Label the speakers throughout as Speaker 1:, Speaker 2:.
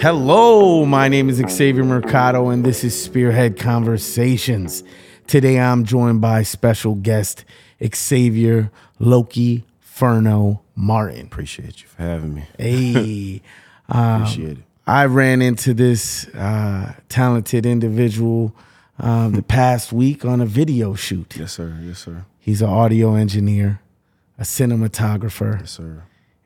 Speaker 1: Hello, my name is Xavier Mercado, and this is Spearhead Conversations. Today I'm joined by special guest Xavier Loki Furno Martin.
Speaker 2: Appreciate you for having me.
Speaker 1: Um, Hey,
Speaker 2: Appreciate it.
Speaker 1: I ran into this uh, talented individual um, the past week on a video shoot.
Speaker 2: Yes, sir. Yes, sir.
Speaker 1: He's an audio engineer, a cinematographer,
Speaker 2: Yes, sir.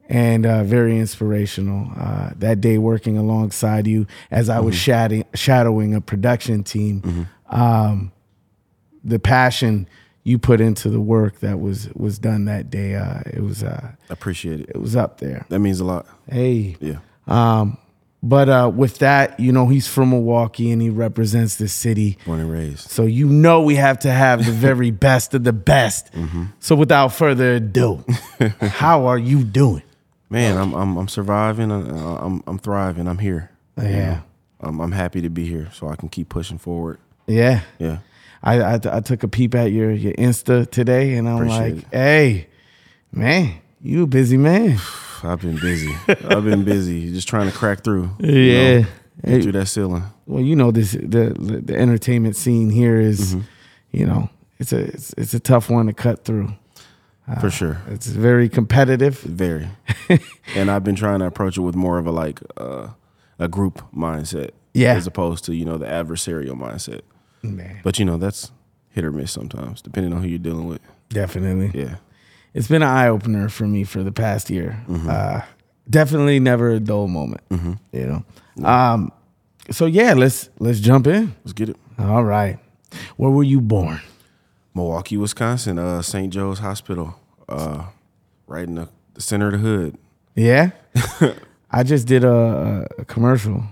Speaker 1: and uh, very inspirational. Uh, that day, working alongside you as I was shadowing, shadowing a production team, um, the passion you put into the work that was was done that day, uh, it was uh,
Speaker 2: Appreciate it.
Speaker 1: it was up there.
Speaker 2: That means a lot.
Speaker 1: Hey,
Speaker 2: Yeah.
Speaker 1: but uh, with that, you know he's from Milwaukee and he represents the city.
Speaker 2: Born and raised.
Speaker 1: So you know we have to have the very best of the best. So without further ado, how are you doing?
Speaker 2: Man, I'm I'm I'm surviving. uh, I'm I'm thriving. I'm here.
Speaker 1: Yeah.
Speaker 2: Um, I'm happy to be here, so I can keep pushing forward.
Speaker 1: Yeah.
Speaker 2: Yeah.
Speaker 1: I, I I took a peep at your your Insta today and I'm
Speaker 2: Appreciate
Speaker 1: like, hey, man, you a busy man.
Speaker 2: I've been busy. I've been busy. Just trying to crack through. you
Speaker 1: Yeah.
Speaker 2: know,
Speaker 1: Hey.
Speaker 2: get through that ceiling.
Speaker 1: Well, you know this the the entertainment scene here is, you know, it's a it's, it's a tough one to cut through. Uh.
Speaker 2: for sure.
Speaker 1: It's very competitive.
Speaker 2: Very. and I've been trying to approach it with more of a like uh, a group mindset.
Speaker 1: Yeah.
Speaker 2: As opposed to, you know, the adversarial mindset.
Speaker 1: Man,
Speaker 2: But you know, that's hit or miss sometimes, depending on who you're dealing with.
Speaker 1: definitely.
Speaker 2: Yeah.
Speaker 1: it's been an eye opener for me for the past year. Uh, definitely never a dull moment. You know. Um, so yeah, let's let's jump in.
Speaker 2: Let's get it.
Speaker 1: All right, where were you born?
Speaker 2: Milwaukee, Wisconsin, uh, St. Joe's Hospital, uh, right in the, the center of the hood.
Speaker 1: Yeah, I just did a, a commercial,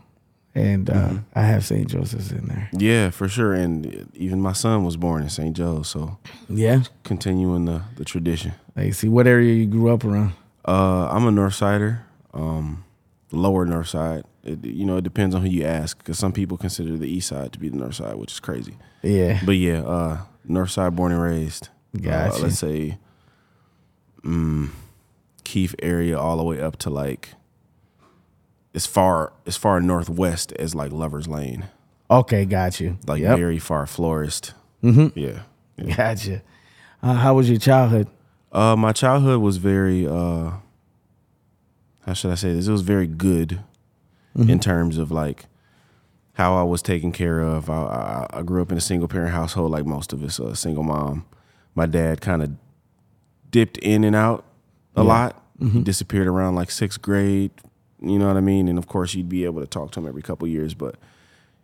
Speaker 1: and uh,
Speaker 2: Mm-hmm.
Speaker 1: I have St. Joseph's in there.
Speaker 2: Yeah, for sure. And even my son was born in St. Joe's, so
Speaker 1: Yeah,
Speaker 2: continuing the, the tradition.
Speaker 1: like see what area you grew up around.
Speaker 2: Uh, I'm a North Sider, um, lower North Side. It, you know, it depends on who you ask, because some people consider the East Side to be the North Side, which is crazy.
Speaker 1: Yeah,
Speaker 2: But yeah, uh, North Side, born and raised. Uh,
Speaker 1: Gotcha.
Speaker 2: let's say, mm, Keith area, all the way up to like as far as far northwest as like Lovers Lane,
Speaker 1: okay, got you.
Speaker 2: like
Speaker 1: Yep.
Speaker 2: very far florist. Mm-hmm. Yeah. yeah.
Speaker 1: gotcha. Uh, how was your childhood?
Speaker 2: Uh, my childhood was very, uh, how should I say this? It was very good in terms of like how I was taken care of. I, I, I grew up in a single parent household, like most of us, a single mom. My dad kind of dipped in and out a lot. He disappeared around like sixth grade. You know what I mean? And of course, you'd be able to talk to him every couple years, but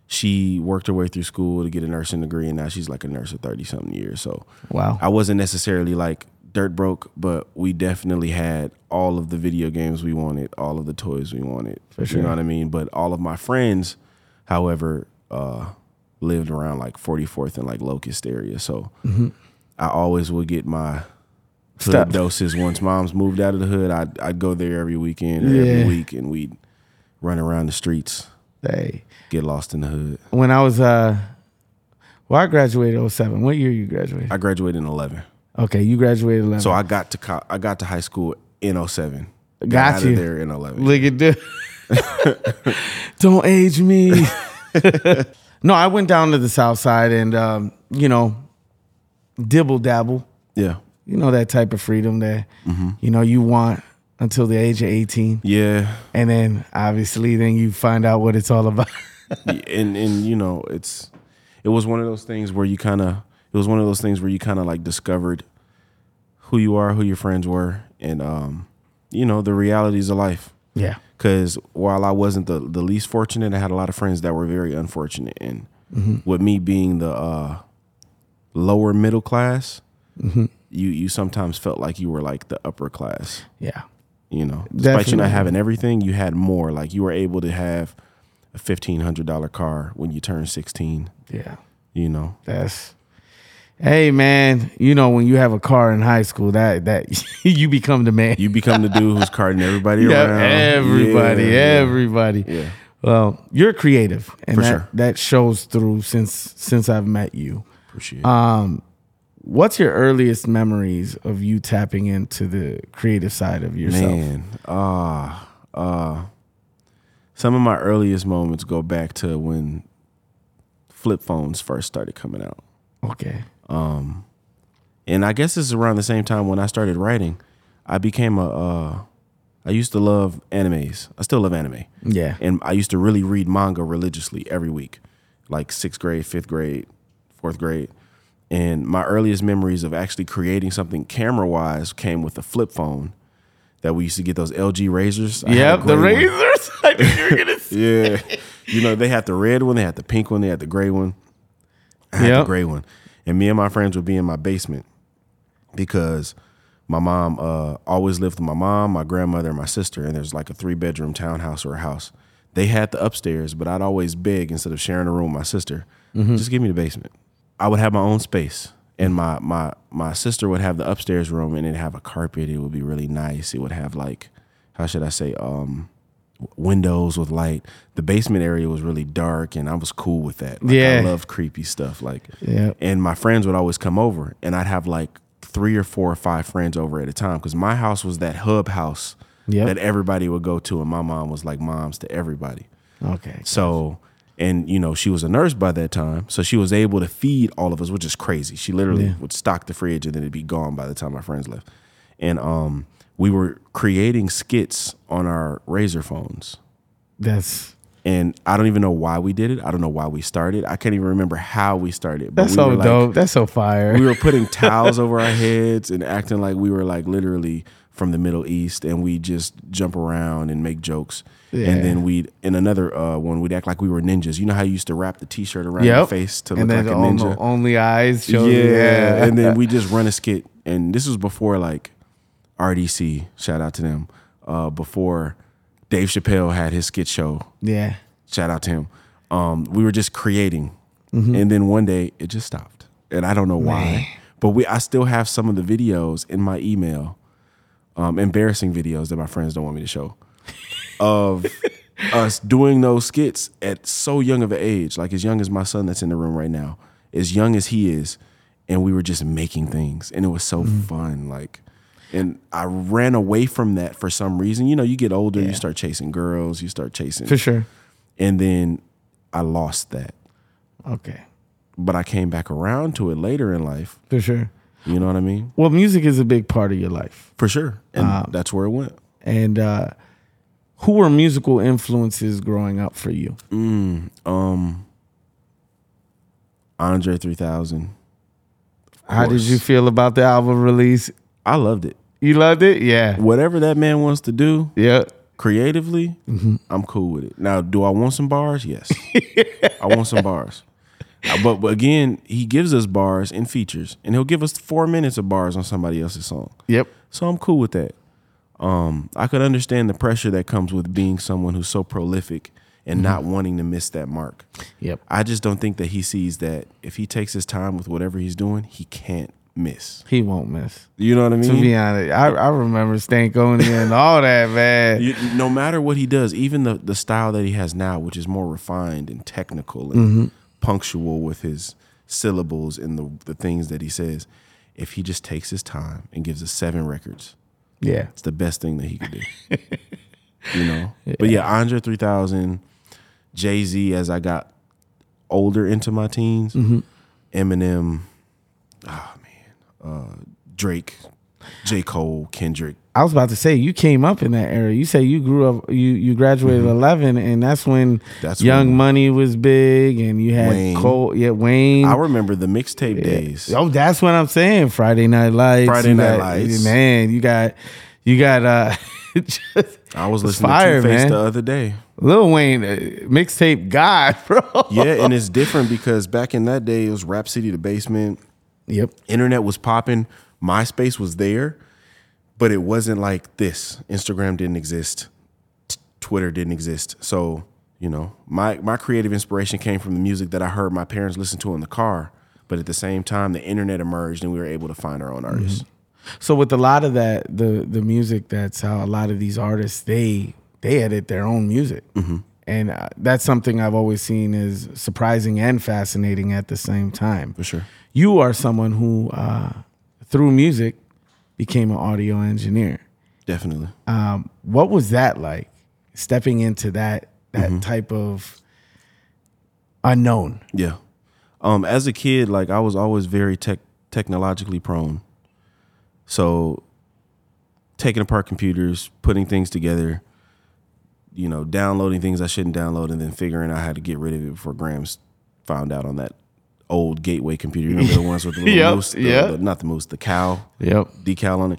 Speaker 2: she worked her way through school to get a nursing degree, and now she's like a nurse of thirty something years. So
Speaker 1: Wow.
Speaker 2: I wasn't necessarily like dirt broke, but we definitely had all of the video games we wanted, all of the toys we wanted. You know what I mean? But all of my friends, however, uh, lived around like 44th and like Locust area. So I always would get my hood
Speaker 1: Mm-hmm. Stuff.
Speaker 2: doses once mom's moved out of the hood. I'd, I'd go there every weekend, or
Speaker 1: Yeah.
Speaker 2: every week, and we'd run around the streets,
Speaker 1: Hey.
Speaker 2: get lost in the hood.
Speaker 1: when I was uh well, I graduated 07. What year you graduated?
Speaker 2: I graduated in 11.
Speaker 1: Okay, you graduated 11.
Speaker 2: So I got to co- I got to high school in 07.
Speaker 1: Got
Speaker 2: out
Speaker 1: you.
Speaker 2: of there in 11.
Speaker 1: look at this. Don't age me. no, I went down to the south side and um, you know, dibble dabble.
Speaker 2: Yeah.
Speaker 1: You know that type of freedom that
Speaker 2: Mm-hmm.
Speaker 1: you know you want until the age of 18.
Speaker 2: Yeah.
Speaker 1: And then obviously then you find out what it's all about.
Speaker 2: and and you know, it's it was one of those things where you kind of it was one of those things where you kind of like discovered who you are, who your friends were and um you know, the realities of life.
Speaker 1: yeah.
Speaker 2: Cuz while I wasn't the the least fortunate, I had a lot of friends that were very unfortunate and
Speaker 1: Mm-hmm.
Speaker 2: with me being the uh lower middle class,
Speaker 1: Mm-hmm.
Speaker 2: you you sometimes felt like you were like the upper class.
Speaker 1: Yeah.
Speaker 2: you know despite you
Speaker 1: Definitely.
Speaker 2: not having everything you had more like you were able to have a $1500 car when you turned 16
Speaker 1: Yeah.
Speaker 2: you know
Speaker 1: That's hey man, you know when you have a car in high school, that that you become the man.
Speaker 2: you become the dude who's carding everybody
Speaker 1: You have
Speaker 2: around
Speaker 1: everybody,
Speaker 2: Yeah,
Speaker 1: everybody.
Speaker 2: yeah.
Speaker 1: Well, you're creative, and
Speaker 2: For
Speaker 1: that,
Speaker 2: sure.
Speaker 1: that shows through since since I've met you.
Speaker 2: appreciate it.
Speaker 1: Um, What's your earliest memories of you tapping into the creative side of yourself?
Speaker 2: Man, ah, uh, some of my earliest moments go back to when flip phones first started coming out,
Speaker 1: Okay.
Speaker 2: and I guess this is around the same time when I started writing. I became a. Uh, I used to love animes. I still love anime,
Speaker 1: Yeah.
Speaker 2: and I used to really read manga religiously every week, like sixth grade, fifth grade, fourth grade. And my earliest memories of actually creating something camera wise came with a flip phone that we used to get those LG razors. I had a
Speaker 1: Yep. The
Speaker 2: gray one.
Speaker 1: razors. I knew you were gonna say.
Speaker 2: Yeah. You know, they had the red one, they had the pink one, they had the gray one. I had the
Speaker 1: Yep.
Speaker 2: gray one. And me and my friends would be in my basement because my mom uh, always lived with my mom, my grandmother, and my sister. And there's like a three bedroom townhouse or a house. They had the upstairs, but I'd always beg instead of sharing a room with my sister, just give me the basement. I would have my own space. And my, my my sister would have the upstairs room and it'd have a carpet. It would be really nice. It would have like, how should I say, um, w- windows with light. The basement area was really dark and I was cool with that. Like,
Speaker 1: Yeah.
Speaker 2: I love creepy stuff. Like
Speaker 1: Yeah.
Speaker 2: and my friends would always come over and i'd have like three or four or five friends over at a time because my house was that hub house
Speaker 1: Yep.
Speaker 2: that everybody would go to and my mom was like moms to everybody
Speaker 1: Okay.
Speaker 2: so and you know she was a nurse by that time so she was able to feed all of us which is crazy she literally would stock the fridge and then it'd be gone by the time my friends left and um we were creating skits on our razor phones
Speaker 1: That's
Speaker 2: and I don't even know why we did it. I don't know why we started. I can't even remember how we started. But
Speaker 1: that's
Speaker 2: we
Speaker 1: so
Speaker 2: were like-
Speaker 1: dope. That's so fire.
Speaker 2: we were putting towels over our heads and acting like we were like literally from the Middle East, and we just jump around and make jokes.
Speaker 1: Yeah.
Speaker 2: And then we'd in another uh, one we'd act like we were ninjas. You know how you used to wrap the T-shirt around your
Speaker 1: yep.
Speaker 2: face to look
Speaker 1: and
Speaker 2: like
Speaker 1: then
Speaker 2: a
Speaker 1: on-
Speaker 2: ninja.
Speaker 1: only eyes. Show
Speaker 2: yeah. and then we just run a skit, and this was before like RDC. Shout out to them. Uh, before Dave Chappelle had his skit show.
Speaker 1: yeah.
Speaker 2: Shout out to him. Um, we were just creating, Mm-hmm. and then one day it just stopped, and I don't know why. But we, I still have some of the videos in my email, um, embarrassing videos that my friends don't want me to show, of us doing those skits at so young of an age, like as young as my son that's in the room right now, as young as he is, and we were just making things, and it was so fun, like. And I ran away from that for some reason. You know, you get older, you start chasing girls, you start chasing
Speaker 1: For sure.
Speaker 2: and then I lost that.
Speaker 1: Okay.
Speaker 2: But I came back around to it later in life.
Speaker 1: For sure.
Speaker 2: You know what I mean?
Speaker 1: Well, music is a big part of your life.
Speaker 2: For sure. Um, And that's where it went.
Speaker 1: And uh, who were musical influences growing up for you?
Speaker 2: Um Andre 3000.
Speaker 1: How did
Speaker 2: course.
Speaker 1: you feel about the album release?
Speaker 2: I loved it.
Speaker 1: You loved it? Yeah.
Speaker 2: Whatever that man wants to do
Speaker 1: Yeah.
Speaker 2: creatively, I'm cool with it. Now, do I want some bars? Yes. I want some bars. Uh, But, but again, he gives us bars and features, and he'll give us four minutes of bars on somebody else's song.
Speaker 1: Yep.
Speaker 2: So I'm cool with that. Um, I could understand the pressure that comes with being someone who's so prolific and not wanting to miss that mark.
Speaker 1: Yep.
Speaker 2: I just don't think that he sees that if he takes his time with whatever he's doing, he can't miss.
Speaker 1: He won't miss.
Speaker 2: You know what I
Speaker 1: To
Speaker 2: mean?
Speaker 1: be honest, I, I remember Stankonia and all that, man.
Speaker 2: You- no matter what he does, even the the style that he has now, which is more refined and technical and punctual with his syllables and the the things that he says, if he just takes his time and gives us seven records,
Speaker 1: yeah.
Speaker 2: It's the best thing that he could do. you know? But yeah, Andre 3000, Jay Z, as I got older into my teens,
Speaker 1: Mm-hmm.
Speaker 2: Eminem, ah man, uh, Drake, J. Cole, Kendrick.
Speaker 1: I was about to say you came up in that era. You say you grew up, you you graduated eleven, and that's when
Speaker 2: Mm-hmm. That's
Speaker 1: Young
Speaker 2: when-
Speaker 1: Money was big, and you had
Speaker 2: Wayne.
Speaker 1: Cole, yeah, Wayne.
Speaker 2: I remember the mixtape days.
Speaker 1: Oh, that's what I'm saying. Friday Night Lights.
Speaker 2: Friday
Speaker 1: you
Speaker 2: Night
Speaker 1: got-
Speaker 2: Lights.
Speaker 1: Man, you got you got uh just
Speaker 2: I was listening
Speaker 1: fire,
Speaker 2: to Two Face
Speaker 1: man.
Speaker 2: the other day.
Speaker 1: Lil Wayne uh, mixtape God, bro.
Speaker 2: Yeah, and it's different because back in that day, it was Rap City, the basement.
Speaker 1: Yep.
Speaker 2: internet was popping, MySpace was there, but it wasn't like this. Instagram didn't exist, T- Twitter didn't exist. So, you know, my my creative inspiration came from the music that I heard my parents listen to in the car, but at the same time the internet emerged and we were able to find our own artists.
Speaker 1: So with a lot of that, the the music, that's how a lot of these artists they they edit their own music, and uh, that's something I've always seen as surprising and fascinating at the same time.
Speaker 2: for sure.
Speaker 1: You are someone who, uh, through music, became an audio engineer.
Speaker 2: Definitely.
Speaker 1: Um, what was that like? Stepping into that that type of unknown.
Speaker 2: Yeah. Um, as a kid, like I was always very tech technologically prone. So taking apart computers, putting things together, you know, downloading things I shouldn't download and then figuring out how to get rid of it before Grams found out on that old gateway computer. You remember the ones with the little
Speaker 1: Yep,
Speaker 2: moose? The-
Speaker 1: yeah.
Speaker 2: the- not the moose, the cow
Speaker 1: Yep.
Speaker 2: decal on it.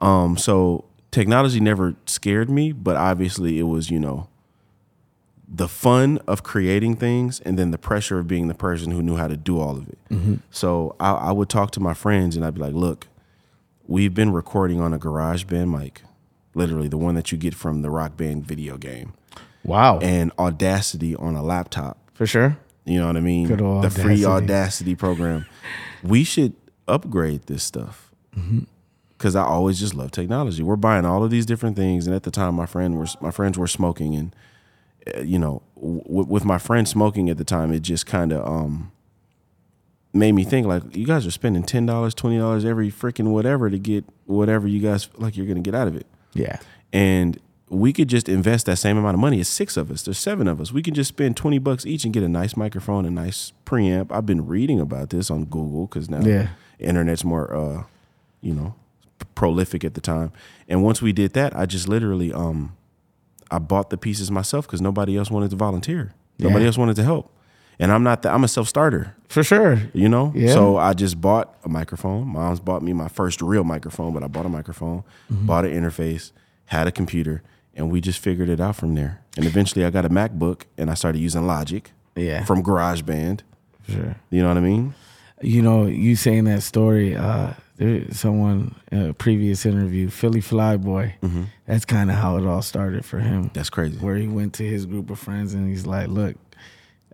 Speaker 2: Um, so technology never scared me, but obviously it was, you know, the fun of creating things and then the pressure of being the person who knew how to do all of it. So I, I would talk to my friends and I'd be like, look, we've been recording on a garage band mic, literally the one that you get from the rock band video game,
Speaker 1: Wow.
Speaker 2: and Audacity on a laptop.
Speaker 1: For sure.
Speaker 2: You know what I mean?
Speaker 1: Good old
Speaker 2: the
Speaker 1: Audacity.
Speaker 2: free Audacity program. We should upgrade this stuff
Speaker 1: Mm-hmm.
Speaker 2: because I always just love technology. We're buying all of these different things, and at the time, my friend was my friends were smoking, and uh, you know, w- with my friend smoking at the time, it just kind of um made me think like you guys are spending ten dollars, twenty dollars every freaking whatever to get whatever you guys feel like you're gonna get out of it
Speaker 1: Yeah.
Speaker 2: and we could just invest that same amount of money. It's six of us. There's seven of us. We can just spend twenty bucks each and get a nice microphone, a nice preamp. I've been reading about this on Google because now
Speaker 1: Yeah.
Speaker 2: internet's more, uh, you know, prolific at the time. And once we did that, I just literally, um, I bought the pieces myself because nobody else wanted to volunteer. Nobody
Speaker 1: Yeah.
Speaker 2: else wanted to help. And I'm not. The, I'm a self starter.
Speaker 1: For sure.
Speaker 2: You know?
Speaker 1: Yeah.
Speaker 2: So I just bought a microphone. Mom's bought me my first real microphone, but I bought a microphone,
Speaker 1: Mm-hmm.
Speaker 2: bought an interface, had a computer, and we just figured it out from there. And eventually I got a MacBook and I started using Logic
Speaker 1: Yeah.
Speaker 2: from GarageBand.
Speaker 1: For sure.
Speaker 2: You know what I mean?
Speaker 1: you know, you saying that story, uh, there, someone in a previous interview, Philly Flyboy, that's kind of how it all started for him,
Speaker 2: That's crazy.
Speaker 1: where he went to his group of friends and he's like, look,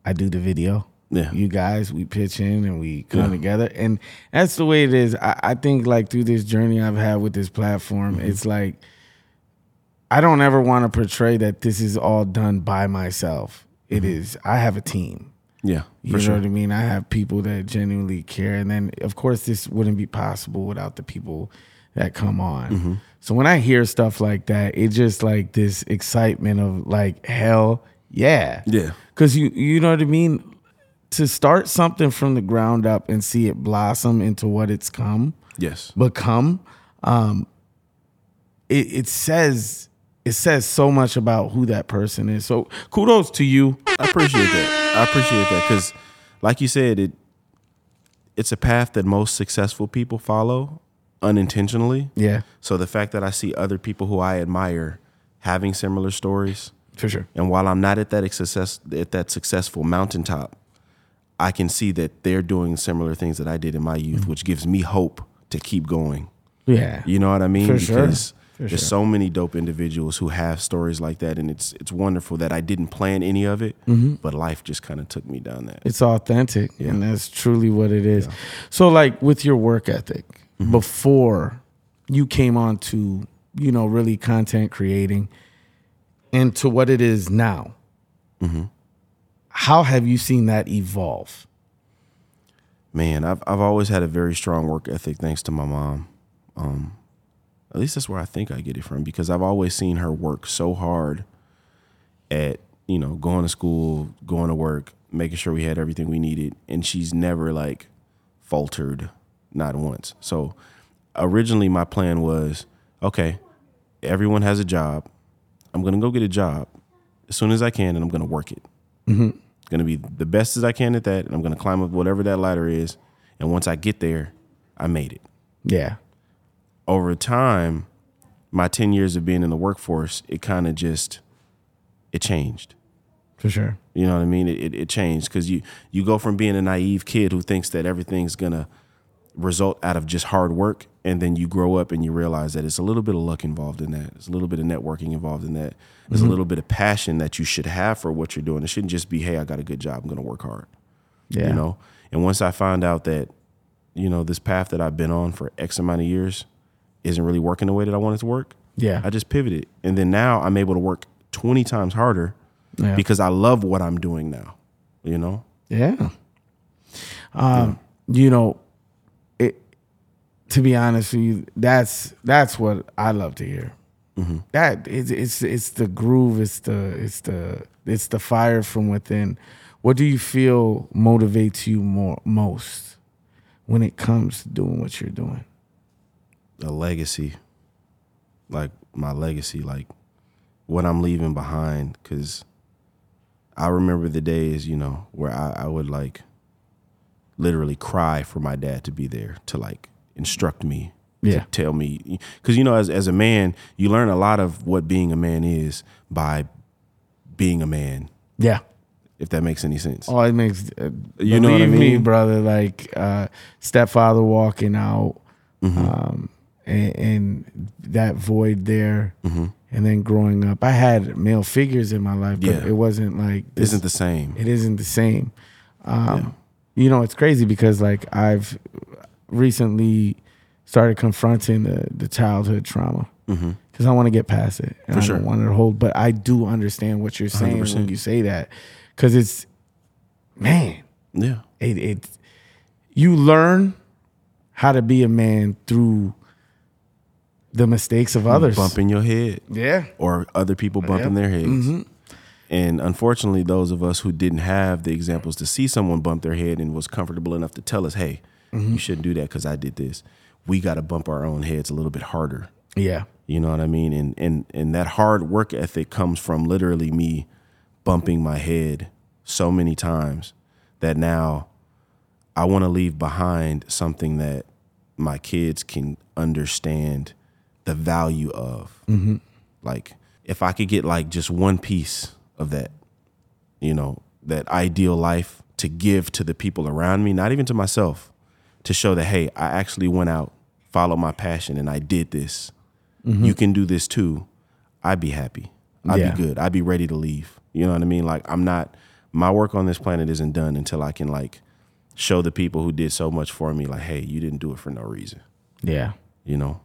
Speaker 1: I do the video.
Speaker 2: Yeah.
Speaker 1: You guys, we pitch in and we come together. And that's the way it is. I, I think, like, through this journey I've had with this platform, it's like, I don't ever want to portray that this is all done by myself. It is, I have a team.
Speaker 2: yeah.
Speaker 1: You
Speaker 2: For
Speaker 1: know
Speaker 2: sure.
Speaker 1: what I mean? I have people that genuinely care. And then, of course, this wouldn't be possible without the people that come on. So when I hear stuff like that, it just like this excitement of like, hell yeah.
Speaker 2: Yeah.
Speaker 1: Because you, you know what I mean? To start something from the ground up and see it blossom into what it's come,
Speaker 2: Yes.
Speaker 1: become, um, it, it says it says so much about who that person is. So kudos to you.
Speaker 2: I appreciate that. I appreciate that because, like you said, it it's a path that most successful people follow unintentionally.
Speaker 1: Yeah,
Speaker 2: So the fact that I see other people who I admire having similar stories,
Speaker 1: for sure.
Speaker 2: and while I'm not at that success at that successful mountaintop, I can see that they're doing similar things that I did in my youth,
Speaker 1: Mm-hmm.
Speaker 2: which gives me hope to keep going.
Speaker 1: Yeah.
Speaker 2: You know what I mean?
Speaker 1: For sure.
Speaker 2: because
Speaker 1: For
Speaker 2: there's
Speaker 1: sure.
Speaker 2: so many dope individuals who have stories like that, and it's it's wonderful that I didn't plan any of it,
Speaker 1: Mm-hmm.
Speaker 2: but life just kind of took me down that.
Speaker 1: It's authentic, and that's truly what it is. So, like with your work ethic,
Speaker 2: Mm-hmm.
Speaker 1: before you came on to, you know, really content creating and to what it is now,
Speaker 2: Mm-hmm.
Speaker 1: how have you seen that evolve?
Speaker 2: man, I've I've always had a very strong work ethic thanks to my mom. Um, at least that's where I think I get it from because I've always seen her work so hard at you know going to school, going to work, making sure we had everything we needed, and she's never like faltered, not once. So originally my plan was okay, everyone has a job. I'm gonna go get a job as soon as I can, and I'm gonna work it gonna be the best as I can at that, and I'm gonna climb up whatever that ladder is. And once I get there, I made it.
Speaker 1: Yeah.
Speaker 2: Over time, my 10 years of being in the workforce, it kind of just it changed.
Speaker 1: For sure.
Speaker 2: You know what I mean? It, it, it changed because you you go from being a naive kid who thinks that everything's gonna result out of just hard work, and then you grow up and you realize that it's a little bit of luck involved in that. It's a little bit of networking involved in that. There's a little bit of passion that you should have for what you're doing. It shouldn't just be, hey, I got a good job. I'm gonna work hard
Speaker 1: Yeah.
Speaker 2: you know and once i find out that you know this path that i've been on for x amount of years isn't really working the way that i want it to work
Speaker 1: Yeah.
Speaker 2: i just pivoted and then now i'm able to work 20 times harder
Speaker 1: Yeah.
Speaker 2: because I love what I'm doing now. You know,
Speaker 1: Yeah. Um, you know, it to be honest with you, that's that's what I love to hear. Mm-hmm. That it's it's it's the groove, it's the it's the it's the fire from within. What do you feel motivates you more most when it comes to doing what you're doing?
Speaker 2: a legacy, like my legacy, like what I'm leaving behind. Cause I remember the days, you know, where I, I would like literally cry for my dad to be there to like instruct me.
Speaker 1: Yeah.
Speaker 2: To tell me. Cause you know, as, as a man, you learn a lot of what being a man is by being a man,
Speaker 1: Yeah.
Speaker 2: if that makes any sense.
Speaker 1: Oh, it makes uh,
Speaker 2: You know what I
Speaker 1: believe me,
Speaker 2: mean?
Speaker 1: brother. Like uh, stepfather walking out,
Speaker 2: Mm-hmm.
Speaker 1: um, and, and that void there,
Speaker 2: Mm-hmm.
Speaker 1: and then growing up. I had male figures in my life, but
Speaker 2: Yeah.
Speaker 1: it wasn't like this,
Speaker 2: Isn't the same.
Speaker 1: it isn't the same. Um, You know, it's crazy because like I've recently started confronting the, the childhood trauma because I want to get past it and
Speaker 2: Mm-hmm. For
Speaker 1: I
Speaker 2: sure.
Speaker 1: don't want to hold. But I do understand what you're saying when
Speaker 2: 100%.
Speaker 1: you say that because it's man,
Speaker 2: Yeah.
Speaker 1: it, it you learn how to be a man through the mistakes of others.
Speaker 2: Bumping your head.
Speaker 1: Yeah,
Speaker 2: or other people bumping their heads. And unfortunately, those of us who didn't have the examples to see someone bump their head and was comfortable enough to tell us, hey, you shouldn't do that because I did this, we got to bump our own heads a little bit harder.
Speaker 1: yeah,
Speaker 2: You know what I mean? And, and, and that hard work ethic comes from literally me bumping my head so many times that now I want to leave behind something that my kids can understand the value of. Like if I could get like just one piece of that, you know, that ideal life to give to the people around me, not even to myself, to show that hey, I actually went out, followed my passion and I did this. You can do this too. I'd be happy. I'd
Speaker 1: Yeah.
Speaker 2: be good. I'd be ready to leave. You know what I mean? Like I'm not my work on this planet isn't done until I can like show the people who did so much for me like, hey, you didn't do it for no reason.
Speaker 1: yeah.
Speaker 2: You know?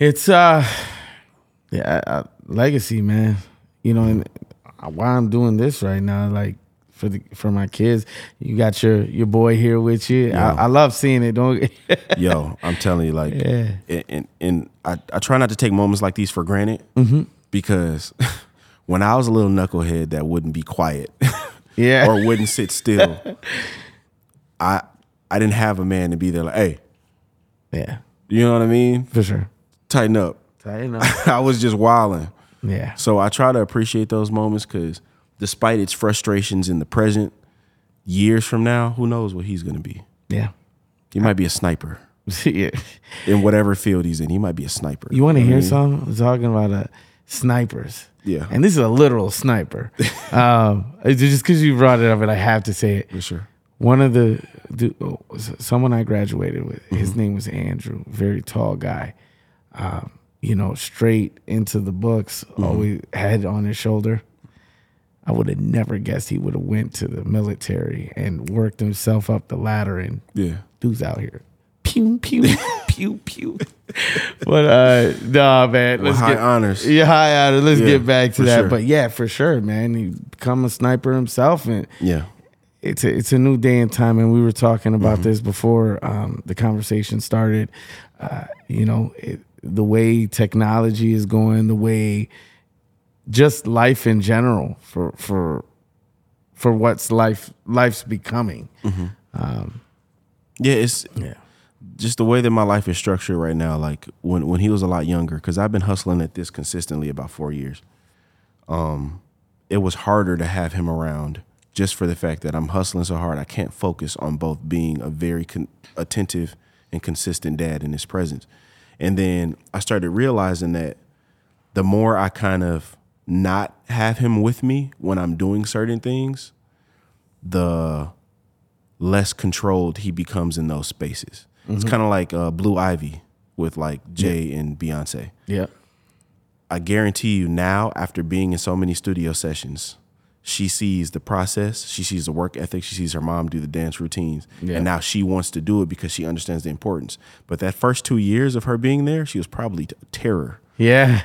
Speaker 1: It's uh, yeah, uh, legacy, man. You know, and why I'm doing this right now, like for the for my kids. You got your your boy here with you.
Speaker 2: Yeah.
Speaker 1: I, I love seeing it. Don't
Speaker 2: Yo, I'm telling you, like,
Speaker 1: Yeah.
Speaker 2: and, and, and I, I try not to take moments like these for granted
Speaker 1: Mm-hmm.
Speaker 2: because when I was a little knucklehead that wouldn't be quiet
Speaker 1: yeah,
Speaker 2: or wouldn't sit still, I I didn't have a man to be there like, hey,
Speaker 1: yeah,
Speaker 2: you know what I mean?
Speaker 1: for sure.
Speaker 2: Tighten up.
Speaker 1: I know.
Speaker 2: I was just wilding.
Speaker 1: Yeah,
Speaker 2: So I try to appreciate those moments because despite its frustrations in the present, years from now, who knows what he's going to be?
Speaker 1: yeah,
Speaker 2: He might be a sniper
Speaker 1: yeah.
Speaker 2: in whatever field he's in. He might be a sniper.
Speaker 1: You want to
Speaker 2: know what I
Speaker 1: hear
Speaker 2: mean?
Speaker 1: something? I'm talking about uh, snipers.
Speaker 2: Yeah.
Speaker 1: and this is a literal sniper. um, it's just because you brought it up, and I have to say it.
Speaker 2: For sure.
Speaker 1: one of the, the oh, s- someone I graduated with, his
Speaker 2: Mm-hmm.
Speaker 1: name was Andrew, very tall guy. Um, you know, straight into the books,
Speaker 2: Mm-hmm.
Speaker 1: always head on his shoulder. I would have never guessed he would have went to the military and worked himself up the ladder and
Speaker 2: Yeah.
Speaker 1: dudes out here. Pew pew pew pew. But uh nah man, let's
Speaker 2: high
Speaker 1: get
Speaker 2: honors.
Speaker 1: Yeah, high honors. Let's
Speaker 2: um, Yeah,
Speaker 1: get back to
Speaker 2: for
Speaker 1: that.
Speaker 2: sure.
Speaker 1: But yeah, for sure, man. He become a sniper himself and
Speaker 2: Yeah.
Speaker 1: it's a, it's a new day and time, and we were talking about
Speaker 2: Mm-hmm.
Speaker 1: this before um, the conversation started. Uh, you know, it, the way technology is going, the way just life in general for for for what's life life's becoming.
Speaker 2: Yeah. It's
Speaker 1: Yeah,
Speaker 2: just the way that my life is structured right now. Like when, when he was a lot younger, because I've been hustling at this consistently about four years. Um, it was harder to have him around just for the fact that I'm hustling so hard. I can't focus on both being a very con- attentive and consistent dad in his presence. And then I started realizing that the more I kind of not have him with me when I'm doing certain things, the less controlled he becomes in those spaces. It's kind of like uh, Blue Ivy with like Jay and Beyonce.
Speaker 1: yeah,
Speaker 2: I guarantee you now, after being in so many studio sessions, she sees the process, she sees the work ethic, she sees her mom do the dance routines,
Speaker 1: Yeah.
Speaker 2: and now she wants to do it because she understands the importance. But that first two years of her being there, she was probably t- terror
Speaker 1: yeah,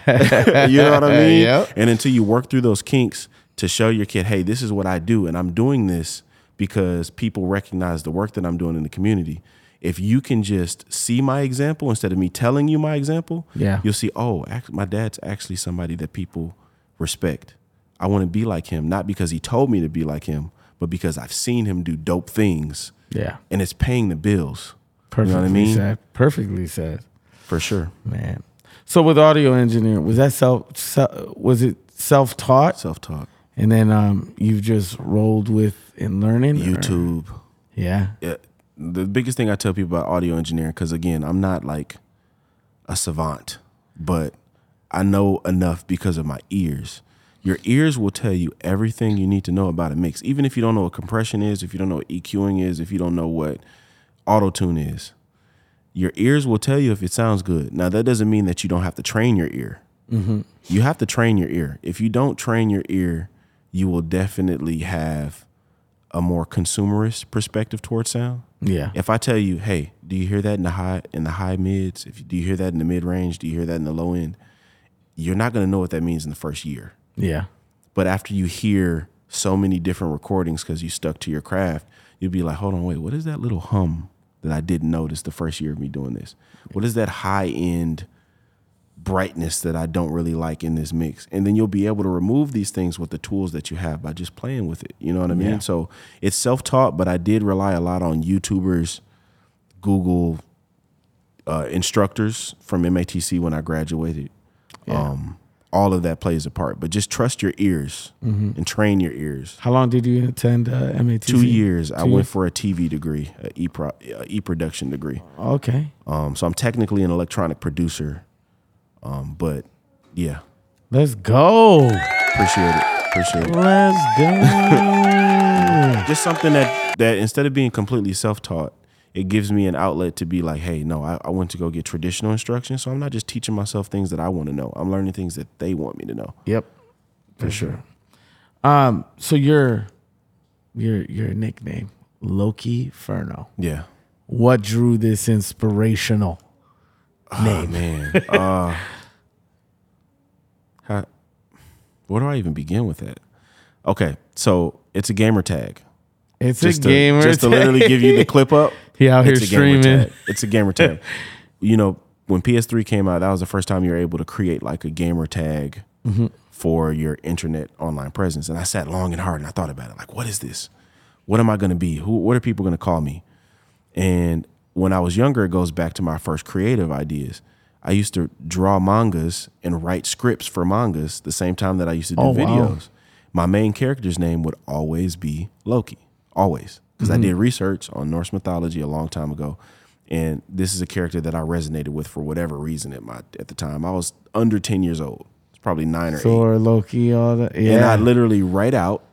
Speaker 2: you know what I mean?
Speaker 1: Yep.
Speaker 2: And until you work through those kinks, to show your kid, hey, this is what I do, and I'm doing this because people recognize the work that I'm doing in the community. If you can just see my example instead of me telling you my example,
Speaker 1: Yeah.
Speaker 2: you'll see, oh, act- my dad's actually somebody that people respect. I want to be like him, not because he told me to be like him, but because I've seen him do dope things
Speaker 1: Yeah.
Speaker 2: and it's paying the bills
Speaker 1: Perfectly
Speaker 2: I mean?
Speaker 1: said. Perfectly said.
Speaker 2: for sure.
Speaker 1: Man. So with audio engineering, was that self, self was it self taught?
Speaker 2: Self taught,
Speaker 1: And then um you've just rolled with in learning? or-
Speaker 2: YouTube.
Speaker 1: Yeah.
Speaker 2: Yeah, uh, the biggest thing I tell people about audio engineering, because again, I'm not like a savant, but I know enough because of my ears. Your ears will tell you everything you need to know about a mix, even if you don't know what compression is, if you don't know what EQing is, if you don't know what auto tune is. Your ears will tell you if it sounds good. Now, that doesn't mean that you don't have to train your ear. You have to train your ear. If you don't train your ear, you will definitely have a more consumerist perspective towards sound.
Speaker 1: Yeah.
Speaker 2: If I tell you, hey, do you hear that in the high in the high mids? If do you hear that in the mid range? Do you hear that in the low end? You're not gonna know what that means in the first year.
Speaker 1: Yeah.
Speaker 2: But after you hear so many different recordings because you stuck to your craft, you'll be like, hold on, wait, what is that little hum that I didn't notice the first year of me doing this? What is that high end brightness that I don't really like in this mix? And then you'll be able to remove these things with the tools that you have by just playing with it. You know what I mean?
Speaker 1: Yeah.
Speaker 2: So it's self taught, but I did rely a lot on YouTubers, Google uh, instructors from MATC when I graduated. Um, all of that plays a part, but just trust your ears and train your ears.
Speaker 1: How long did you attend uh, MATC?
Speaker 2: Mm-hmm. Two years, I
Speaker 1: Two
Speaker 2: went
Speaker 1: years.
Speaker 2: for a TV degree, a e pro, e production degree.
Speaker 1: Okay.
Speaker 2: Um, so I'm technically an electronic producer, um, but yeah,
Speaker 1: Let's go.
Speaker 2: appreciate it, appreciate it.
Speaker 1: Let's go.
Speaker 2: Just something that that instead of being completely self taught, it gives me an outlet to be like, hey, no, I, I went to go get traditional instruction, so I'm not just teaching myself things that I want to know. I'm learning things that they want me to know.
Speaker 1: yep. For sure. Um so your your your nickname Loki Ferno.
Speaker 2: Yeah.
Speaker 1: What drew this inspirational?
Speaker 2: Oh, man. uh, how, where do I even begin with that? Okay, so it's a gamer tag.
Speaker 1: It's
Speaker 2: Just
Speaker 1: a
Speaker 2: to,
Speaker 1: gamer.
Speaker 2: just to
Speaker 1: tag.
Speaker 2: literally give you the clip up.
Speaker 1: He out
Speaker 2: it's
Speaker 1: here
Speaker 2: a gamer
Speaker 1: streaming.
Speaker 2: tag. It's a gamer tag. you know, when PS3 came out, that was the first time you were able to create like a gamer tag
Speaker 1: Mm-hmm.
Speaker 2: for your internet online presence. And I sat long and hard and I thought about it. Like, what is this? What am I going to be? Who? What are people going to call me? And when I was younger, it goes back to my first creative ideas. I used to draw mangas and write scripts for mangas the same time that I used to do
Speaker 1: Oh, wow.
Speaker 2: videos. My main character's name would always be Loki, always, because I did research on Norse mythology a long time ago, and this is a character that I resonated with for whatever reason at my at the time. I was under ten years old, it's probably nine or eight.
Speaker 1: Thor, Loki, all that. Yeah.
Speaker 2: And I literally write out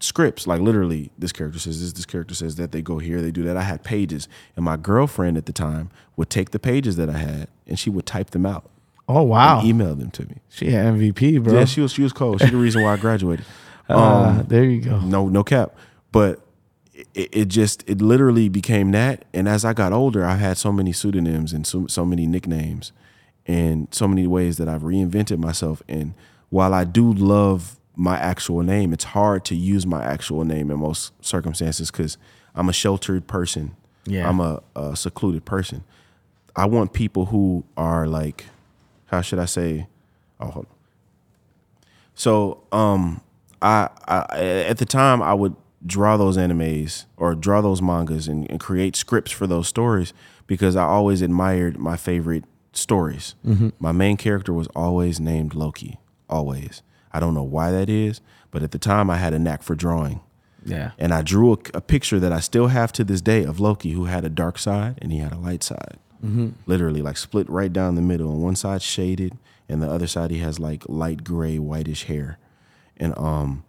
Speaker 2: scripts. Like literally, this character says this, this character says that, they go here, they do that. I had pages. And my girlfriend at the time would take the pages that I had and she would type them out.
Speaker 1: oh wow.
Speaker 2: Email them to me.
Speaker 1: she had MVP, bro.
Speaker 2: Yeah, she was she was cold. She's the reason why I graduated.
Speaker 1: Uh, there you go.
Speaker 2: No, no cap. But it, it just it literally became that. And as I got older, I had so many pseudonyms and so, so many nicknames, and so many ways that I've reinvented myself. And while I do love my actual name, it's hard to use my actual name in most circumstances because I'm a sheltered person.
Speaker 1: Yeah.
Speaker 2: I'm a, a secluded person. I want people who are like, how should I say? Oh, hold on. So, um, I, I at the time I would draw those animes or draw those mangas and, and create scripts for those stories because I always admired my favorite stories. My main character was always named Loki. Always. I don't know why that is, but at the time I had a knack for drawing
Speaker 1: Yeah.
Speaker 2: and I drew a, a picture that I still have to this day of Loki, who had a dark side and he had a light side, literally like split right down the middle. And one side shaded, and the other side he has like light gray, whitish hair. And um,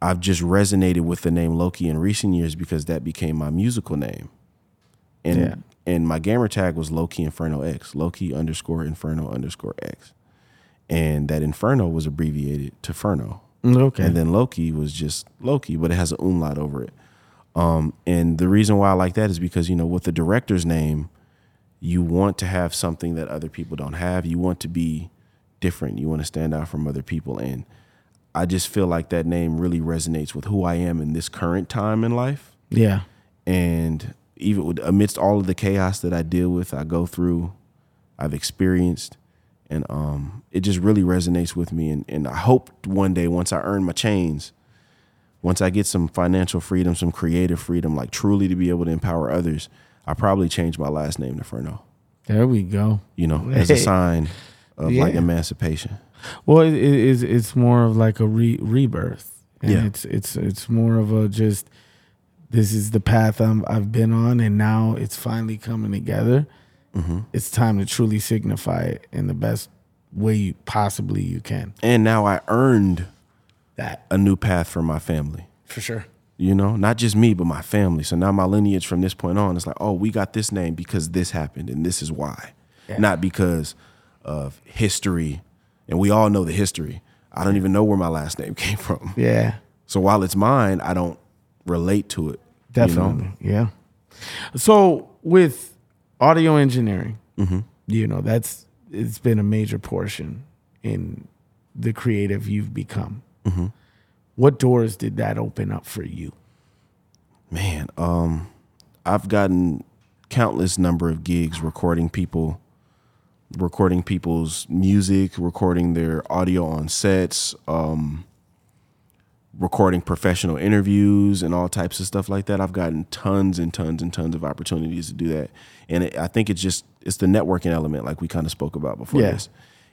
Speaker 2: I've just resonated with the name Loki in recent years because that became my musical name. And
Speaker 1: Yeah.
Speaker 2: and my gamer tag was Loki Inferno X, Loki underscore Inferno underscore X, and that Inferno was abbreviated to Ferno.
Speaker 1: Okay.
Speaker 2: And then Loki was just Loki, but it has an umlaut over it. Um, and the reason why I like that is because, you know, with the director's name, you want to have something that other people don't have. You want to be different. You want to stand out from other people. And I just feel like that name really resonates with who I am in this current time in life.
Speaker 1: Yeah.
Speaker 2: and even with, amidst all of the chaos that I deal with, I go through, I've experienced, and um, it just really resonates with me. And, and I hope one day, once I earn my chains, once I get some financial freedom, some creative freedom, like truly to be able to empower others, I probably change my last name to Ferno.
Speaker 1: There we go.
Speaker 2: You know, as a
Speaker 1: Hey.
Speaker 2: sign of like
Speaker 1: Yeah.
Speaker 2: emancipation.
Speaker 1: Well, it, it is. It's more of like a re, rebirth. And
Speaker 2: Yeah.
Speaker 1: It's it's it's more of a just. This is the path I'm, I've been on, and now it's finally coming together. It's time to truly signify it in the best way you possibly you can.
Speaker 2: And now I earned
Speaker 1: That
Speaker 2: a new path for my family.
Speaker 1: for sure.
Speaker 2: you know, not just me, but my family. So now my lineage from this point on is like, oh, we got this name because this happened and this is why,
Speaker 1: Yeah.
Speaker 2: not because of history. And we all know the history. I don't even know where my last name came from.
Speaker 1: Yeah.
Speaker 2: So while it's mine, I don't relate to it. you know?
Speaker 1: Definitely. Yeah. So with audio engineering, you know, that's it's been a major portion in the creative you've become. What doors did that open up for you?
Speaker 2: Man, um, I've gotten countless number of gigs recording people, recording people's music, recording their audio on sets, um, recording professional interviews and all types of stuff like that. I've gotten tons and tons and tons of opportunities to do that, and it, I think it's just it's the networking element, like we kind of spoke about before
Speaker 1: Yeah.
Speaker 2: this.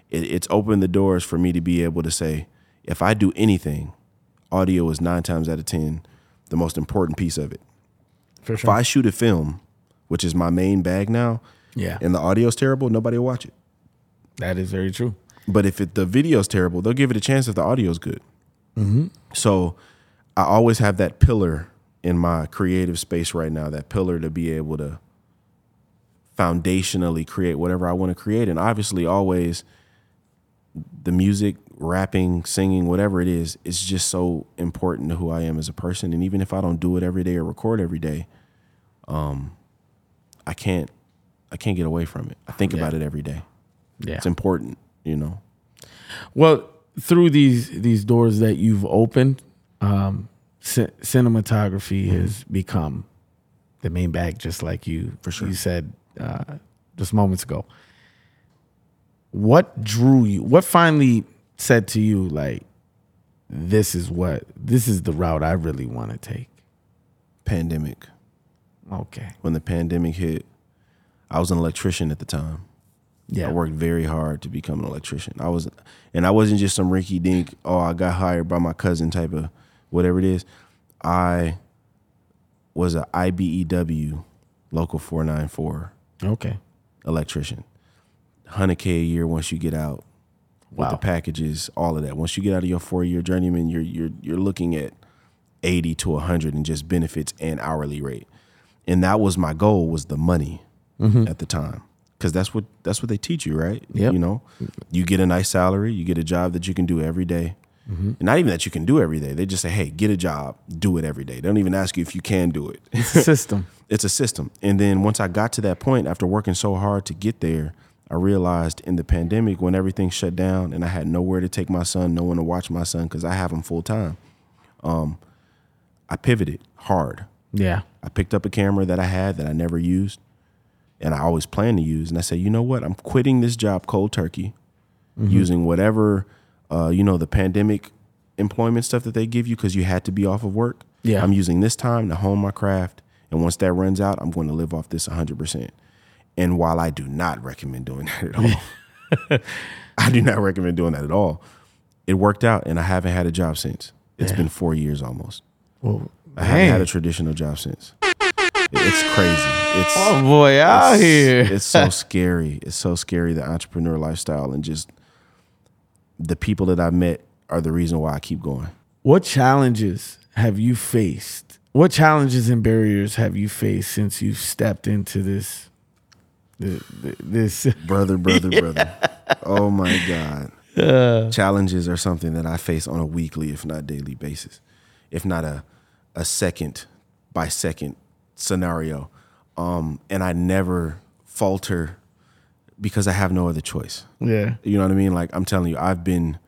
Speaker 2: It, it's opened the doors for me to be able to say, if I do anything, audio is nine times out of ten the most important piece of it.
Speaker 1: For
Speaker 2: If I shoot a film, which is my main bag now,
Speaker 1: Yeah.
Speaker 2: and the audio's terrible, nobody will watch it.
Speaker 1: That is very true.
Speaker 2: But if it, the video's terrible, they'll give it a chance if the audio's good. So I always have that pillar in my creative space right now, that pillar to be able to foundationally create whatever I want to create. And obviously, always the music, rapping, singing, whatever it is, it's just so important to who I am as a person. And even if I don't do it every day or record every day, um, I can't. I can't get away from it. I think about it every day.
Speaker 1: Yeah.
Speaker 2: It's important, you know.
Speaker 1: Well, through these these doors that you've opened, um, ci- cinematography
Speaker 2: Mm-hmm.
Speaker 1: has become the main bag, just like you for sure. You said uh, just moments ago. What drew you? What finally said to you, like, this is what this is the route I really want to take?
Speaker 2: Pandemic.
Speaker 1: Okay.
Speaker 2: When the pandemic hit, I was an electrician at the time.
Speaker 1: Yeah.
Speaker 2: I worked very hard to become an electrician. I was, and I wasn't just some rinky dink. Oh, I got hired by my cousin type of whatever it is. I was a IBEW local four nine four
Speaker 1: Okay.
Speaker 2: electrician. Hundred k a year once you get out with the
Speaker 1: Wow.
Speaker 2: packages, all of that. Once you get out of your four year journeyman, you're you're you're looking at eighty to hundred in just benefits and hourly rate. And that was my goal was the money at the time. Cause that's what that's what they teach you, right?
Speaker 1: Mm-hmm. Yep.
Speaker 2: You know, you get a nice salary, you get a job that you can do every day.
Speaker 1: Mm-hmm.
Speaker 2: And not even that you can do every day. They just say, hey, get a job, do it every day. They don't even ask you if you can do it.
Speaker 1: System.
Speaker 2: it's a system. And then once I got to that point, after working so hard to get there, I realized in the pandemic when everything shut down and I had nowhere to take my son, no one to watch my son because I have him full time. Um, I pivoted hard.
Speaker 1: Yeah.
Speaker 2: I picked up a camera that I had that I never used and I always planned to use. And I said, you know what? I'm quitting this job cold turkey, using whatever, uh, you know, the pandemic employment stuff that they give you because you had to be off of work.
Speaker 1: Yeah.
Speaker 2: I'm using this time to hone my craft. And once that runs out, I'm going to live off this 100%. And while I do not recommend doing that at all, I do not recommend doing that at all. It worked out, and I haven't had a job since. It's been four years almost.
Speaker 1: Well,
Speaker 2: I haven't had
Speaker 1: man.
Speaker 2: a traditional job since. It- It's crazy. It's
Speaker 1: oh boy, out here.
Speaker 2: it's so scary. It's so scary the entrepreneur lifestyle and just the people that I met are the reason why I keep going.
Speaker 1: What challenges have you faced? What challenges and barriers have you faced since you've stepped into this? th- th- This
Speaker 2: Brother, brother, brother. Oh my God.
Speaker 1: Uh,
Speaker 2: Challenges are something that I face on a weekly, if not daily basis, if not a, a second by second scenario. Um, and I never falter because I have no other choice.
Speaker 1: yeah,
Speaker 2: You know what I mean? Like I'm telling you, I've been